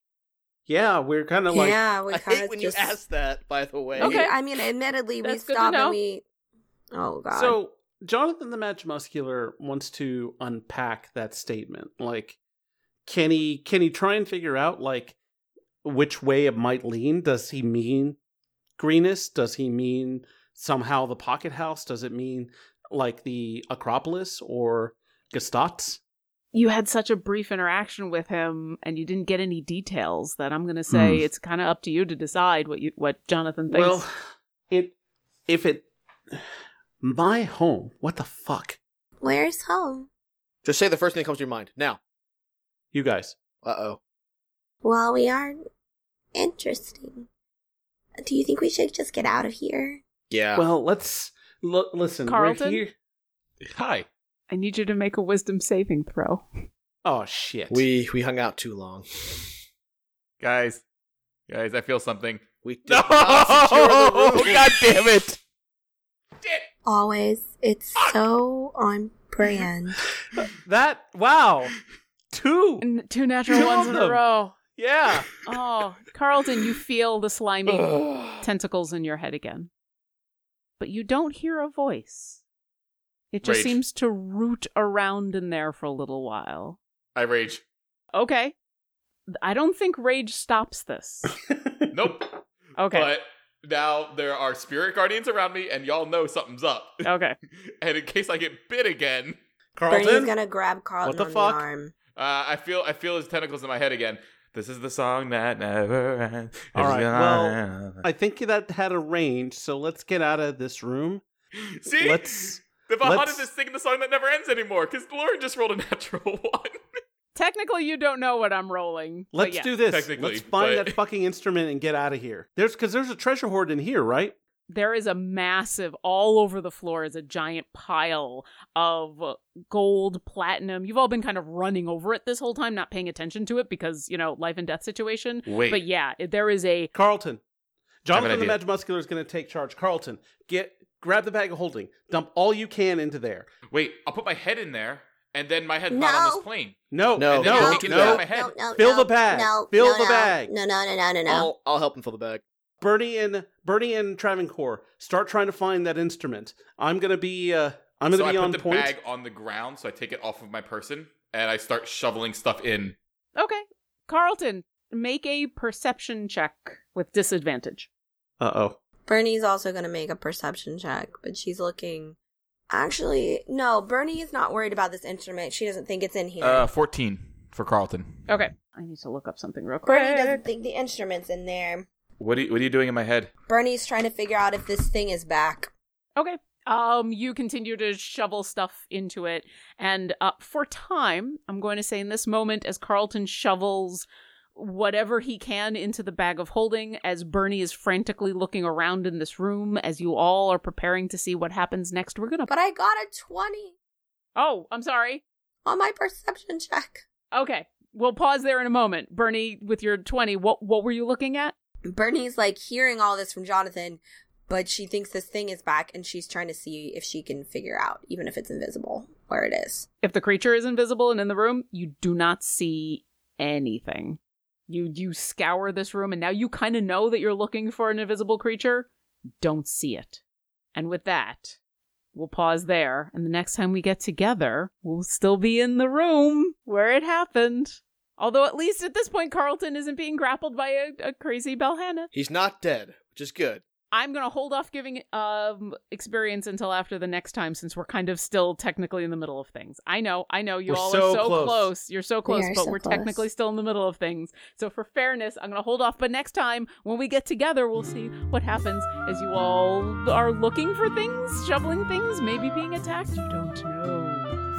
[SPEAKER 2] Yeah, we're kind of like
[SPEAKER 5] yeah, we
[SPEAKER 4] I
[SPEAKER 5] kind
[SPEAKER 4] hate
[SPEAKER 5] of
[SPEAKER 4] when
[SPEAKER 5] just.
[SPEAKER 4] you ask that. By the way,
[SPEAKER 3] *laughs*
[SPEAKER 1] Okay.
[SPEAKER 5] I mean, admittedly, we
[SPEAKER 1] That's good to
[SPEAKER 5] stop
[SPEAKER 1] know.
[SPEAKER 5] and we. Oh God.
[SPEAKER 2] So Jonathan the Match Muscular wants to unpack that statement. Like, can he can he try and figure out like which way it might lean? Does he mean Greenest? Does he mean somehow the Pocket House? Does it mean like the Acropolis or Gestotts?
[SPEAKER 1] You had such a brief interaction with him and you didn't get any details that I'm going to say
[SPEAKER 6] Mm.
[SPEAKER 1] it's kind of up to you to decide what you what Jonathan thinks.
[SPEAKER 2] Hmm. Well, it if it my home. What the fuck,
[SPEAKER 3] Where's home?
[SPEAKER 4] just say the first thing that comes to your mind now.
[SPEAKER 2] you guys?
[SPEAKER 4] Uh oh.
[SPEAKER 3] Well, we are interesting. Do you think we should just get out of here?
[SPEAKER 4] Yeah.
[SPEAKER 2] Well, let's l- listen.
[SPEAKER 1] Carlton?
[SPEAKER 2] We're here.
[SPEAKER 6] Hi.
[SPEAKER 1] I need you to make a wisdom saving throw.
[SPEAKER 2] Oh shit.
[SPEAKER 4] we we hung out too long.
[SPEAKER 6] Guys. Guys, I feel something.
[SPEAKER 4] We
[SPEAKER 1] *laughs*
[SPEAKER 4] did
[SPEAKER 6] *laughs* No!
[SPEAKER 4] not secure the room.
[SPEAKER 6] *laughs* God damn it!
[SPEAKER 3] Always. It's so on brand.
[SPEAKER 2] That wow, two.
[SPEAKER 1] N- two natural
[SPEAKER 2] Two
[SPEAKER 1] ones
[SPEAKER 2] of
[SPEAKER 1] in a
[SPEAKER 2] them.
[SPEAKER 1] row.
[SPEAKER 2] Yeah,
[SPEAKER 1] Oh, Carlton, you feel the slimy tentacles in your head again. But you don't hear a voice. It just
[SPEAKER 6] Rage.
[SPEAKER 1] seems to root around in there for a little while.
[SPEAKER 6] I rage.
[SPEAKER 1] Okay. I don't think rage stops this.
[SPEAKER 2] *laughs*
[SPEAKER 6] Nope.
[SPEAKER 1] Okay.
[SPEAKER 6] But now there are spirit guardians around me, and y'all know something's up. *laughs*
[SPEAKER 1] Okay.
[SPEAKER 6] and in case I get bit again,
[SPEAKER 3] Bernie's gonna grab Carlton
[SPEAKER 2] What the
[SPEAKER 3] on
[SPEAKER 2] fuck?
[SPEAKER 3] the arm.
[SPEAKER 6] uh, I feel I feel his tentacles in my head again. This is the song that never ends.
[SPEAKER 2] All right, well, I think that had a range, so let's get out of this room. *laughs*
[SPEAKER 6] see,
[SPEAKER 2] Let's.
[SPEAKER 6] the Vahadin
[SPEAKER 2] let's-
[SPEAKER 6] is singing the song that never ends anymore because Lauren just rolled a *laughs* natural one.
[SPEAKER 1] Technically, you don't know what I'm rolling. but
[SPEAKER 2] Let's
[SPEAKER 1] yeah.
[SPEAKER 2] do this.
[SPEAKER 6] Technically,
[SPEAKER 2] Let's find
[SPEAKER 6] but-
[SPEAKER 2] that fucking instrument and get out of here. There's because there's a treasure hoard in here, right?
[SPEAKER 1] There is a massive, all over the floor is a giant pile of gold, platinum. You've all been kind of running over it this whole time, not paying attention to it because, you know, life and death situation.
[SPEAKER 6] Wait,
[SPEAKER 1] But yeah, it- there is a
[SPEAKER 2] Carlton, Jonathan the
[SPEAKER 6] idea.
[SPEAKER 2] Match Muscular is going to take charge. Carlton, get grab the bag of holding, dump all you can into there.
[SPEAKER 6] wait, I'll put my head in there, and then my head not on
[SPEAKER 3] No.
[SPEAKER 6] this plane.
[SPEAKER 2] No,
[SPEAKER 4] No,
[SPEAKER 2] no,
[SPEAKER 6] And then
[SPEAKER 2] no,
[SPEAKER 6] we can
[SPEAKER 2] no.
[SPEAKER 6] grab my head.
[SPEAKER 2] Fill the bag.
[SPEAKER 3] No,
[SPEAKER 2] Fill
[SPEAKER 3] no,
[SPEAKER 2] the
[SPEAKER 3] no.
[SPEAKER 2] bag.
[SPEAKER 3] No, no, no, no, no,
[SPEAKER 5] Oh.
[SPEAKER 3] no.
[SPEAKER 4] I'll, I'll help him fill the bag.
[SPEAKER 2] Bernie and Bernie and Travancore, start trying to find that instrument. I'm gonna be uh, I'm gonna
[SPEAKER 6] so
[SPEAKER 2] be
[SPEAKER 6] I put
[SPEAKER 2] on
[SPEAKER 6] the
[SPEAKER 2] point.
[SPEAKER 6] bag on the ground, so I take it off of my person, and I start shoveling stuff in.
[SPEAKER 1] Okay. Carlton, make a perception check with disadvantage.
[SPEAKER 2] Uh oh.
[SPEAKER 5] Bernie's also going to make a perception check, but she's looking. Actually, no, Bernie is not worried about this instrument. She doesn't think it's in here.
[SPEAKER 6] Uh. fourteen for Carlton.
[SPEAKER 1] Okay. I need to look up something real quick.
[SPEAKER 5] Bernie doesn't think the instrument's in there.
[SPEAKER 6] What are you, what are you doing in my head?
[SPEAKER 5] Bernie's trying to figure out if this thing is back.
[SPEAKER 1] Okay. Um, you continue to shovel stuff into it, and uh, for time, I'm going to say in this moment, as Carlton shovels whatever he can into the bag of holding, as Bernie is frantically looking around in this room, as you all are preparing to see what happens next, we're gonna.
[SPEAKER 5] But I got a 20
[SPEAKER 1] Oh, I'm sorry.
[SPEAKER 5] on my perception check.
[SPEAKER 1] Okay, we'll pause there in a moment. Bernie, with your twenty, what what were you looking at?
[SPEAKER 5] Bernie's like hearing all this from Jonathan, but she thinks this thing is back and she's trying to see if she can figure out, even if it's invisible, where it is.
[SPEAKER 1] if the creature is invisible and in the room, you do not see anything. You you scour this room and now you kind of know that you're looking for an invisible creature, don't see it. And with that, we'll pause there and the next time we get together, we'll still be in the room where it happened. Although at least at this point Carlton isn't being grappled by a, a crazy Belhanna.
[SPEAKER 4] He's not dead, which is good.
[SPEAKER 1] I'm gonna hold off giving um experience until after the next time, since we're kind of still technically in the middle of things. I know, I know, you
[SPEAKER 2] We're
[SPEAKER 1] all
[SPEAKER 2] so
[SPEAKER 1] are so close.
[SPEAKER 2] close.
[SPEAKER 1] You're so close,
[SPEAKER 3] are
[SPEAKER 1] but
[SPEAKER 3] so
[SPEAKER 1] we're
[SPEAKER 3] close.
[SPEAKER 1] technically still in the middle of things. So for fairness, I'm gonna hold off. But next time when we get together, we'll see what happens as you all are looking for things, shoveling things, maybe being attacked. You don't know.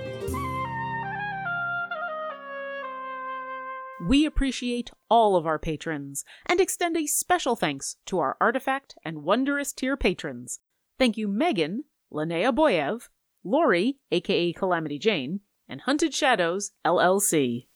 [SPEAKER 1] We appreciate all of our patrons and extend a special thanks to our artifact and wondrous tier patrons. Thank you, Megan, Linnea Boyev, Lori, aka Calamity Jane, and Hunted Shadows, LLC.